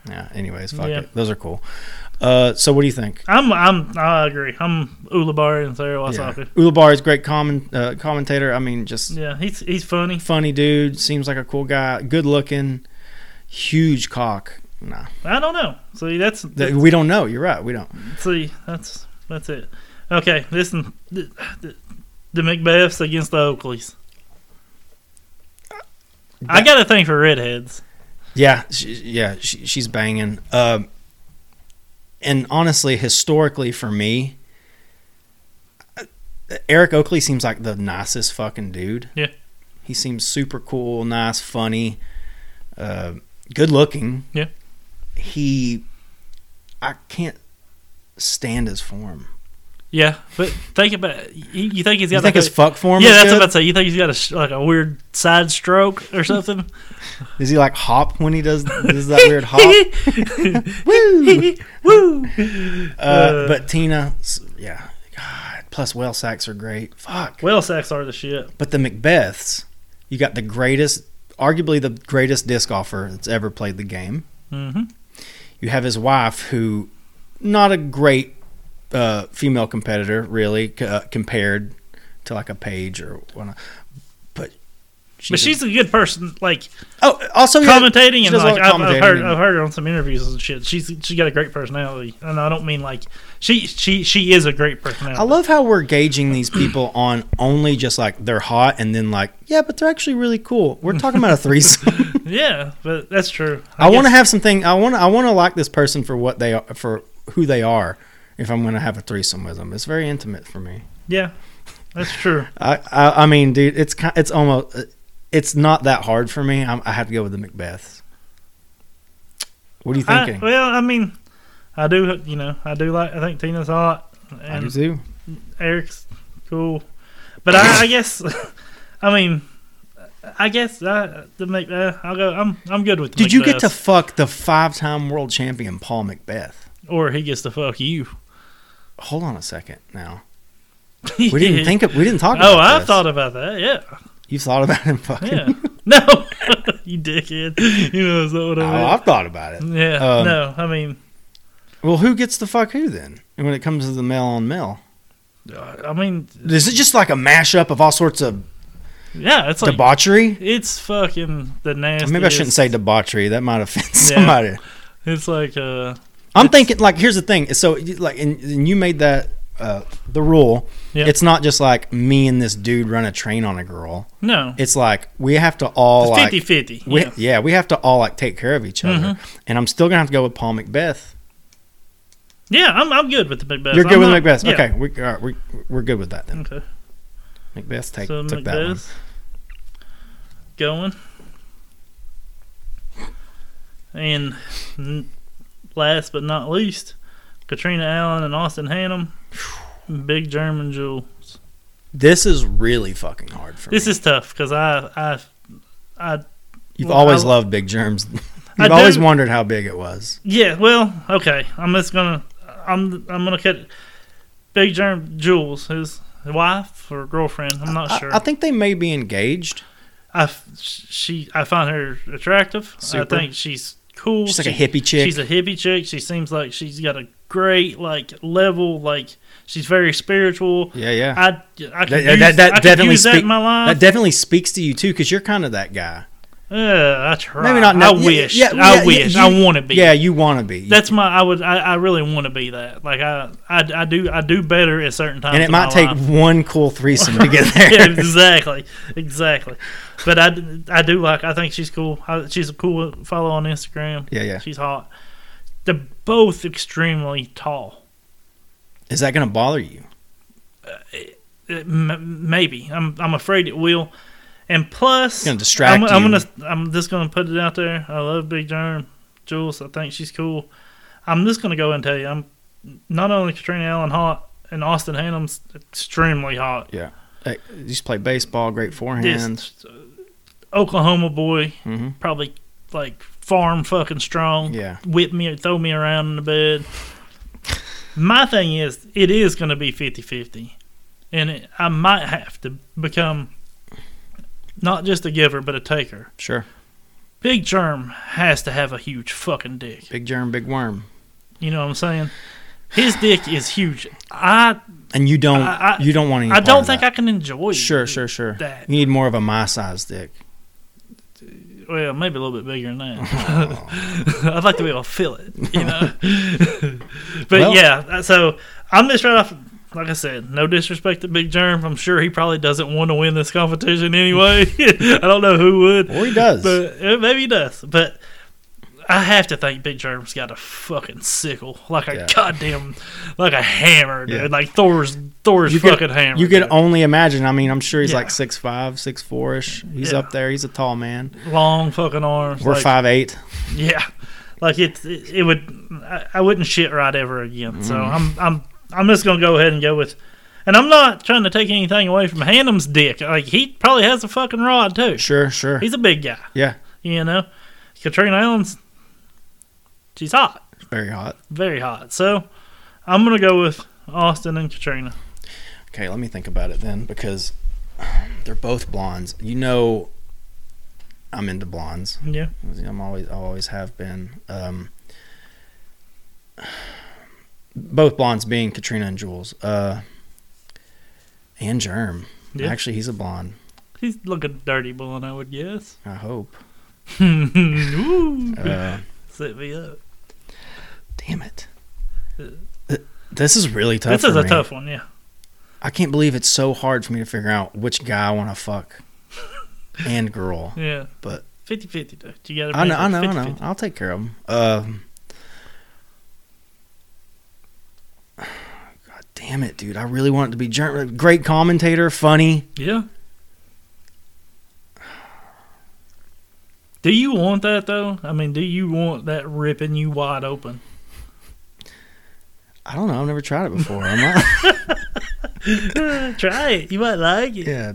Speaker 1: yeah. Anyways, fuck
Speaker 2: Yeah.
Speaker 1: it. Those are cool. Uh, so what do you think?
Speaker 2: I'm I'm I agree. I'm Ulabari and Sarah
Speaker 1: Yeah.
Speaker 2: Wasaki.
Speaker 1: Ulabar is a great comment uh, commentator. I mean, just
Speaker 2: Yeah. he's he's funny.
Speaker 1: funny dude. Seems like a cool guy. Good looking. Huge cock. Nah,
Speaker 2: I don't know. See that's
Speaker 1: Th- we don't know. You're right. We don't.
Speaker 2: see that's that's it. Okay, listen, the, the, the Macbeths against the Oakleys. I got a thing for redheads.
Speaker 1: Yeah, she, yeah, she, she's banging. Um, and honestly, historically for me, uh, Eric Oakley seems like the nicest fucking dude.
Speaker 2: Yeah.
Speaker 1: he seems super cool, nice, funny, uh, good looking.
Speaker 2: Yeah.
Speaker 1: he, I can't stand his form.
Speaker 2: Yeah, but think about you, you think he's got
Speaker 1: You
Speaker 2: like
Speaker 1: think his
Speaker 2: a-
Speaker 1: fuck form?
Speaker 2: yeah,
Speaker 1: is
Speaker 2: that's
Speaker 1: good?
Speaker 2: what I'd say. You think he's got a sh- like a weird side stroke or something?
Speaker 1: Does he like hop when he does does that weird hop? Woo!
Speaker 2: Woo!
Speaker 1: Uh, but Tina, s- yeah, God. Plus whale sacks are great. Fuck.
Speaker 2: Whale sacks are the shit.
Speaker 1: But the Macbeths, you got the greatest, arguably the greatest disc golfer that's ever played the game.
Speaker 2: Mm-hmm.
Speaker 1: You have his wife, who not a great uh, female competitor, really, c- uh, compared to like a Paige or whatnot. But she's,
Speaker 2: But she's a good person, like
Speaker 1: oh, also yeah,
Speaker 2: commentating
Speaker 1: she
Speaker 2: and
Speaker 1: does a
Speaker 2: like
Speaker 1: lot
Speaker 2: I've,
Speaker 1: of
Speaker 2: I've
Speaker 1: commentating
Speaker 2: heard
Speaker 1: and-
Speaker 2: I've heard her on some interviews and shit. She's she's got a great personality, and I don't mean like she she she is a great personality.
Speaker 1: I love how we're gauging these people on only just like they're hot and then like, yeah, but they're actually really cool. We're talking about a threesome.
Speaker 2: yeah, but that's true.
Speaker 1: I, want to
Speaker 2: guess-
Speaker 1: have something. I want. I want to like this person for what they are, for who they are. If I'm going to have a threesome with them, it's very intimate for me.
Speaker 2: yeah, that's true.
Speaker 1: I. I, I mean, dude, it's ki- it's almost it's not that hard for me. I'm, I have to go with the Macbeths. What are you
Speaker 2: I,
Speaker 1: thinking? I,
Speaker 2: well, I mean, I do you know I do like I think Tina's hot
Speaker 1: do
Speaker 2: and
Speaker 1: too.
Speaker 2: Eric's cool, but I, I guess I mean. I guess I, the Mac- uh, I'll go. I'm I'm good with. The
Speaker 1: Did you get to
Speaker 2: Macbeths.
Speaker 1: fuck the five-time world champion Paul Macbeth?
Speaker 2: or he gets to fuck you?
Speaker 1: Hold on a second. Now we didn't think of, we didn't talk.
Speaker 2: Oh,
Speaker 1: about
Speaker 2: I
Speaker 1: this.
Speaker 2: thought about that. Yeah,
Speaker 1: You thought about him fucking?
Speaker 2: yeah. no, you dickhead. You know that's not what
Speaker 1: Oh,
Speaker 2: I meant.
Speaker 1: I've thought about it.
Speaker 2: yeah.
Speaker 1: um,
Speaker 2: no, I mean,
Speaker 1: Well, who gets to fuck who then? And when it comes to the male on male,
Speaker 2: I mean,
Speaker 1: is it just like a mashup of all sorts of
Speaker 2: yeah. It's like
Speaker 1: debauchery?
Speaker 2: it's fucking the nastiest.
Speaker 1: Maybe I shouldn't say debauchery. That might offend
Speaker 2: Yeah.
Speaker 1: somebody.
Speaker 2: It's like uh,
Speaker 1: I'm
Speaker 2: It's-
Speaker 1: thinking like here's the thing. So like, and, and you made that uh, the rule.
Speaker 2: Yeah.
Speaker 1: It's not just like me and this dude run a train on a girl.
Speaker 2: no.
Speaker 1: It's like we have to all
Speaker 2: It's
Speaker 1: like
Speaker 2: 50 50.
Speaker 1: we,
Speaker 2: Yeah. Mm-hmm.
Speaker 1: yeah, we have to all like take care of each other. And I'm still gonna have to go with Paul Macbeth.
Speaker 2: yeah, I'm, I'm good with the Macbeth.
Speaker 1: You're good
Speaker 2: I'm
Speaker 1: with
Speaker 2: not-
Speaker 1: Macbeth.
Speaker 2: yeah.
Speaker 1: Okay, we, all right, we we're good with that then.
Speaker 2: Okay.
Speaker 1: Macbeth take,
Speaker 2: So
Speaker 1: took
Speaker 2: Macbeth
Speaker 1: that one.
Speaker 2: going. And n- last but not least, Katrina Allen and Austin Hannum. Big German jewels.
Speaker 1: This is really fucking hard for
Speaker 2: This
Speaker 1: me.
Speaker 2: is tough because I, I, I,
Speaker 1: You've
Speaker 2: well,
Speaker 1: always
Speaker 2: I-
Speaker 1: loved big germs.
Speaker 2: I
Speaker 1: You've always
Speaker 2: do-
Speaker 1: wondered how big it was.
Speaker 2: yeah. Well, okay. I'm just gonna, I'm, I'm gonna cut. Big Germ Jules, his wife or girlfriend, I'm not
Speaker 1: I-
Speaker 2: sure.
Speaker 1: I, think they may be engaged.
Speaker 2: I, f- she, I find her attractive.
Speaker 1: Super.
Speaker 2: I think she's cool.
Speaker 1: She's like a
Speaker 2: She-
Speaker 1: hippie chick.
Speaker 2: She's a hippie chick. She seems like she's got a great like level. Like she's very spiritual.
Speaker 1: yeah, yeah.
Speaker 2: I, I could
Speaker 1: that,
Speaker 2: use,
Speaker 1: that, that
Speaker 2: I could
Speaker 1: definitely
Speaker 2: use that
Speaker 1: speak-
Speaker 2: in my life.
Speaker 1: That definitely speaks to you too, because you're kind of that guy.
Speaker 2: yeah, I try.
Speaker 1: Maybe not. now-
Speaker 2: I
Speaker 1: yeah,
Speaker 2: wish.
Speaker 1: yeah,
Speaker 2: I
Speaker 1: yeah,
Speaker 2: wish.
Speaker 1: you-
Speaker 2: I want to be.
Speaker 1: Yeah, you want to be.
Speaker 2: That's my. I would. I, I really want to be that. Like I, I. I do. I do better at certain times.
Speaker 1: and it
Speaker 2: in
Speaker 1: might
Speaker 2: my
Speaker 1: take
Speaker 2: life.
Speaker 1: one cool threesome to get
Speaker 2: Yeah,
Speaker 1: there.
Speaker 2: exactly, exactly. But I, d- I do like. I think she's cool. I, she's a cool follow on Instagram.
Speaker 1: Yeah, yeah.
Speaker 2: She's hot. They're both extremely tall.
Speaker 1: Is that going to bother you?
Speaker 2: It, Uh, m- maybe I'm. I'm afraid it will. And plus,
Speaker 1: Gonna distract
Speaker 2: I'm, I'm
Speaker 1: you.
Speaker 2: gonna. I'm just gonna put it out there. I love Big Germ, Jules. I think she's cool. I'm just gonna go and tell you. I'm not only Katrina Allen hot and Austin Hannum's extremely hot.
Speaker 1: Yeah. Hey, you used to play baseball, great forehand.
Speaker 2: This Oklahoma boy,
Speaker 1: Mhm.
Speaker 2: probably like farm fucking strong.
Speaker 1: Yeah.
Speaker 2: whip me, throw me around in the bed. My thing is, it is going to be 50 50. And it, I might have to become not just a giver, but a taker.
Speaker 1: Sure.
Speaker 2: Big Germ has to have a huge fucking dick.
Speaker 1: Big germ, big worm.
Speaker 2: You know what I'm saying? His dick is huge. I
Speaker 1: And you don't.
Speaker 2: I- I-
Speaker 1: you don't want any.
Speaker 2: I don't think I can enjoy
Speaker 1: Sure, sure, sure.
Speaker 2: that.
Speaker 1: You need more of a my size dick.
Speaker 2: Well, maybe a little bit bigger than that. I'd like to be able to feel it, you know. but
Speaker 1: Well-
Speaker 2: yeah, uh, so I'm just right off. Like I said, no disrespect to Big Germ. I'm sure he probably doesn't want to win this competition anyway. I don't know who would,
Speaker 1: Or he does.
Speaker 2: but uh, maybe he does. But I have to think Big Germ's got a fucking sickle, like a
Speaker 1: Yeah.
Speaker 2: goddamn, like a hammer, dude.
Speaker 1: Yeah.
Speaker 2: Like Thor's Thor's
Speaker 1: you
Speaker 2: fucking
Speaker 1: could,
Speaker 2: hammer.
Speaker 1: You could
Speaker 2: dude.
Speaker 1: only imagine. I mean, I'm sure he's
Speaker 2: Yeah.
Speaker 1: like six five, six four ish. He's
Speaker 2: Yeah.
Speaker 1: up there. He's a tall man.
Speaker 2: long fucking arms.
Speaker 1: We're
Speaker 2: like-
Speaker 1: five eight.
Speaker 2: Yeah. Like it's it, it would I, I wouldn't shit right ever again. So
Speaker 1: Mm-hmm.
Speaker 2: I'm I'm I'm just gonna go ahead and go with. And I'm not trying to take anything away from Hannum's dick. Like he probably has a fucking rod too.
Speaker 1: Sure, sure.
Speaker 2: He's a big guy.
Speaker 1: Yeah.
Speaker 2: You know, Katrina Allen's. She's hot,
Speaker 1: Very hot.
Speaker 2: very hot. So I'm gonna go with Austin and Katrina.
Speaker 1: Okay, let me think about it then because they're both blondes. You know, I'm into blondes.
Speaker 2: Yeah.
Speaker 1: I'm always I always have been. Um, both blondes being Katrina and Jules, uh, and Germ.
Speaker 2: Yeah.
Speaker 1: Actually, he's a blonde.
Speaker 2: He's looking dirty blonde, I would guess.
Speaker 1: I hope.
Speaker 2: Ooh,
Speaker 1: Uh,
Speaker 2: set me up.
Speaker 1: damn it. Th- This is really tough.
Speaker 2: Uh, This is
Speaker 1: for
Speaker 2: a
Speaker 1: me.
Speaker 2: tough one, yeah.
Speaker 1: I can't believe it's so hard for me to figure out which guy I want to fuck and girl.
Speaker 2: Yeah.
Speaker 1: But-
Speaker 2: 50 50, though. You gotta
Speaker 1: I know, I know,
Speaker 2: remember
Speaker 1: I know.
Speaker 2: 50-50.
Speaker 1: I'll take care of them. Um, God damn it, dude! I really want it to be Jer- great commentator, funny.
Speaker 2: Yeah. Do you want that, though? I mean, do you want that ripping you wide open?
Speaker 1: I don't know. I've never tried it before. I'm not,
Speaker 2: Try it. You might like it.
Speaker 1: yeah,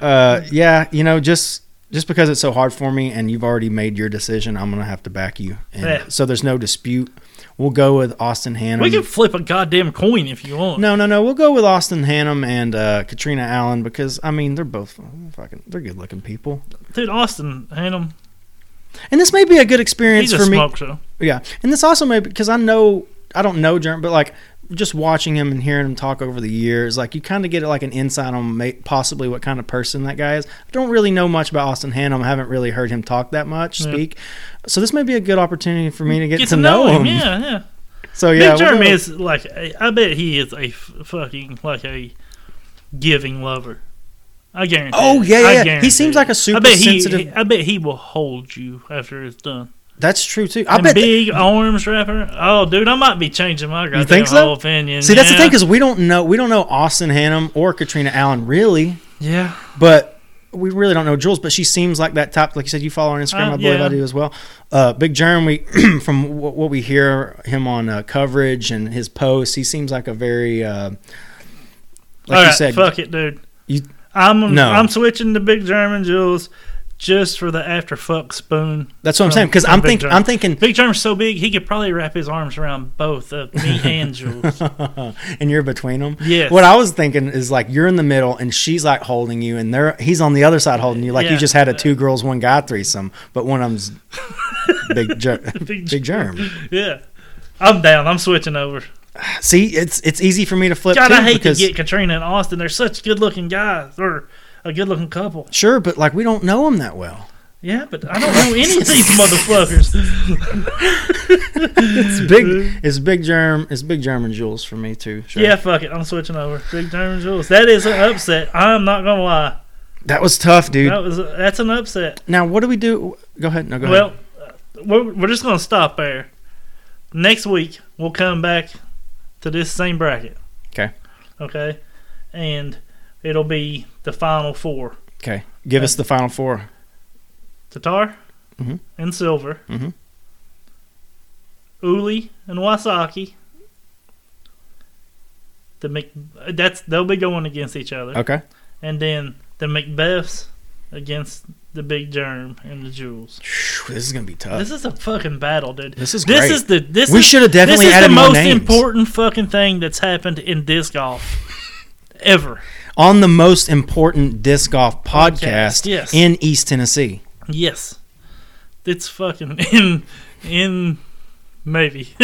Speaker 1: uh, yeah. You know, just just because it's so hard for me, and you've already made your decision, I'm gonna have to back you. And
Speaker 2: Yeah.
Speaker 1: So there's no dispute. We'll go with Austin Hannum.
Speaker 2: We can flip a goddamn coin if you want.
Speaker 1: No, no, no. We'll go with Austin Hannum and uh, Katrina Allen because I mean they're both fucking they're good looking people,
Speaker 2: Dude, Austin Hannum,
Speaker 1: and this may be a good experience
Speaker 2: he's a
Speaker 1: for me.
Speaker 2: smoke show.
Speaker 1: Yeah, and this also may because I know I don't know Jerm, but like just watching him and hearing him talk over the years, like you kind of get like an insight on ma- possibly what kind of person that guy is. I don't really know much about Austin Hannum. I haven't really heard him talk that much,
Speaker 2: Yeah.
Speaker 1: speak. So this may be a good opportunity for me to get,
Speaker 2: Get to know, him. Yeah, yeah.
Speaker 1: So yeah,
Speaker 2: Big
Speaker 1: we'll
Speaker 2: Jeremy
Speaker 1: go-
Speaker 2: is like a- I bet he is a f- fucking like a giving lover. I guarantee.
Speaker 1: Oh
Speaker 2: it.
Speaker 1: yeah,
Speaker 2: I
Speaker 1: yeah. yeah.
Speaker 2: guarantee
Speaker 1: He seems
Speaker 2: it.
Speaker 1: like a super
Speaker 2: I bet
Speaker 1: sensitive.
Speaker 2: He, I bet he will hold you after it's done.
Speaker 1: that's true too. I
Speaker 2: I
Speaker 1: bet.
Speaker 2: big arms wrapper. Oh, dude, I might be changing my goddamn
Speaker 1: think so?
Speaker 2: whole opinion.
Speaker 1: See, that's the
Speaker 2: yeah.
Speaker 1: thing because we don't know we don't know Austin Hannum or Katrina Allen really,
Speaker 2: Yeah,
Speaker 1: but we really don't know Jules. But she seems like that type. Like you said, you follow her on Instagram.
Speaker 2: Uh,
Speaker 1: I believe
Speaker 2: yeah.
Speaker 1: I do as well. Uh, Big Germ, we from wh- what we hear him on uh, coverage and his posts, he seems like a very uh, like
Speaker 2: All
Speaker 1: you
Speaker 2: right,
Speaker 1: said.
Speaker 2: fuck it, dude.
Speaker 1: You-
Speaker 2: I'm
Speaker 1: No.
Speaker 2: I'm switching to Big German Jules just for the after fuck spoon.
Speaker 1: That's what I'm
Speaker 2: from-
Speaker 1: saying because
Speaker 2: from
Speaker 1: I'm
Speaker 2: Big
Speaker 1: think
Speaker 2: Germ.
Speaker 1: I'm thinking,
Speaker 2: Big Germ's so big he could probably wrap his arms around both of me and Jules.
Speaker 1: and you're between them.
Speaker 2: Yes.
Speaker 1: What I was thinking is like you're in the middle and she's like holding you, and they're he's on the other side holding you. Like
Speaker 2: Yeah.
Speaker 1: you just had a two girls one guy threesome, but one of them's big Germ.
Speaker 2: Big
Speaker 1: big Germ.
Speaker 2: Yeah. I'm down. I'm switching over.
Speaker 1: See, it's it's easy for me to flip.
Speaker 2: God,
Speaker 1: too,
Speaker 2: I hate to
Speaker 1: because,
Speaker 2: get Katrina and Austin. They're such good looking guys or a good looking couple.
Speaker 1: Sure, but like we don't know him that well.
Speaker 2: Yeah, but I don't know any of these motherfuckers.
Speaker 1: It's big. it's big germ. It's big germ and Jules for me too. Sure.
Speaker 2: Mm-hmm. Yeah, fuck it. I'm switching over. Big German Jules. That is an upset. I'm not going to lie.
Speaker 1: that was tough, dude.
Speaker 2: That was that's an upset.
Speaker 1: Now what do we do? Go ahead. No, go
Speaker 2: Well, we're, we're just going to stop there. Next week, we'll come back to this same bracket.
Speaker 1: Okay.
Speaker 2: Okay. And it'll be the final four.
Speaker 1: ahead. Okay, give
Speaker 2: Uh,
Speaker 1: us the final four.
Speaker 2: Tatar
Speaker 1: Mhm.
Speaker 2: and Silver,
Speaker 1: Mhm.
Speaker 2: Uli and Wasaki. The Mc, that's they'll be going against each other,
Speaker 1: Okay.
Speaker 2: and then the Macbeths against the Big Germ and the Jewels.
Speaker 1: Phew, This is gonna be tough.
Speaker 2: This is a fucking battle, dude.
Speaker 1: Uh, This is
Speaker 2: this
Speaker 1: great.
Speaker 2: is the this
Speaker 1: We
Speaker 2: is-
Speaker 1: should have definitely
Speaker 2: this is
Speaker 1: added
Speaker 2: the
Speaker 1: more
Speaker 2: most
Speaker 1: names.
Speaker 2: important fucking thing that's happened in disc golf ever.
Speaker 1: on the most important disc golf podcast
Speaker 2: Podcast, yes.
Speaker 1: in East Tennessee.
Speaker 2: Yes, it's fucking in in maybe,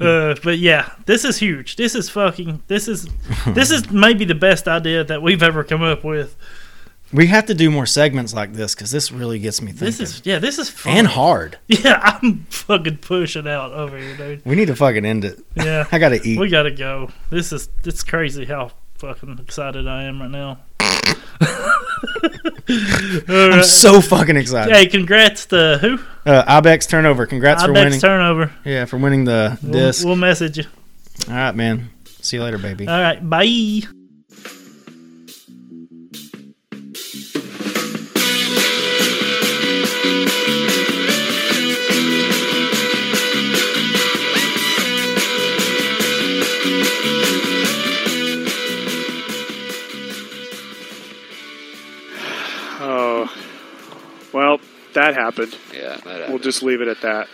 Speaker 2: uh, but yeah, this is huge. This is fucking. This is this is maybe the best idea that we've ever come up with.
Speaker 1: We have to do more segments like this because this really gets me thinking.
Speaker 2: This is yeah. This is fun.
Speaker 1: and hard.
Speaker 2: Yeah, I'm fucking pushing out over here, dude.
Speaker 1: We need to fucking end it.
Speaker 2: Yeah,
Speaker 1: I gotta eat.
Speaker 2: we gotta go. This is it's crazy how fucking excited I am right now. All
Speaker 1: I'm
Speaker 2: right.
Speaker 1: so fucking excited.
Speaker 2: Hey, congrats to who?
Speaker 1: Uh, Ibex turnover. Congrats for winning.
Speaker 2: Ibex turnover.
Speaker 1: yeah, for winning the
Speaker 2: We'll,
Speaker 1: disc.
Speaker 2: we'll message you.
Speaker 1: All right, man. See you later, baby.
Speaker 2: All right, bye.
Speaker 4: that happened.
Speaker 5: Yeah, that
Speaker 4: We'll
Speaker 5: happened.
Speaker 4: just leave it at that.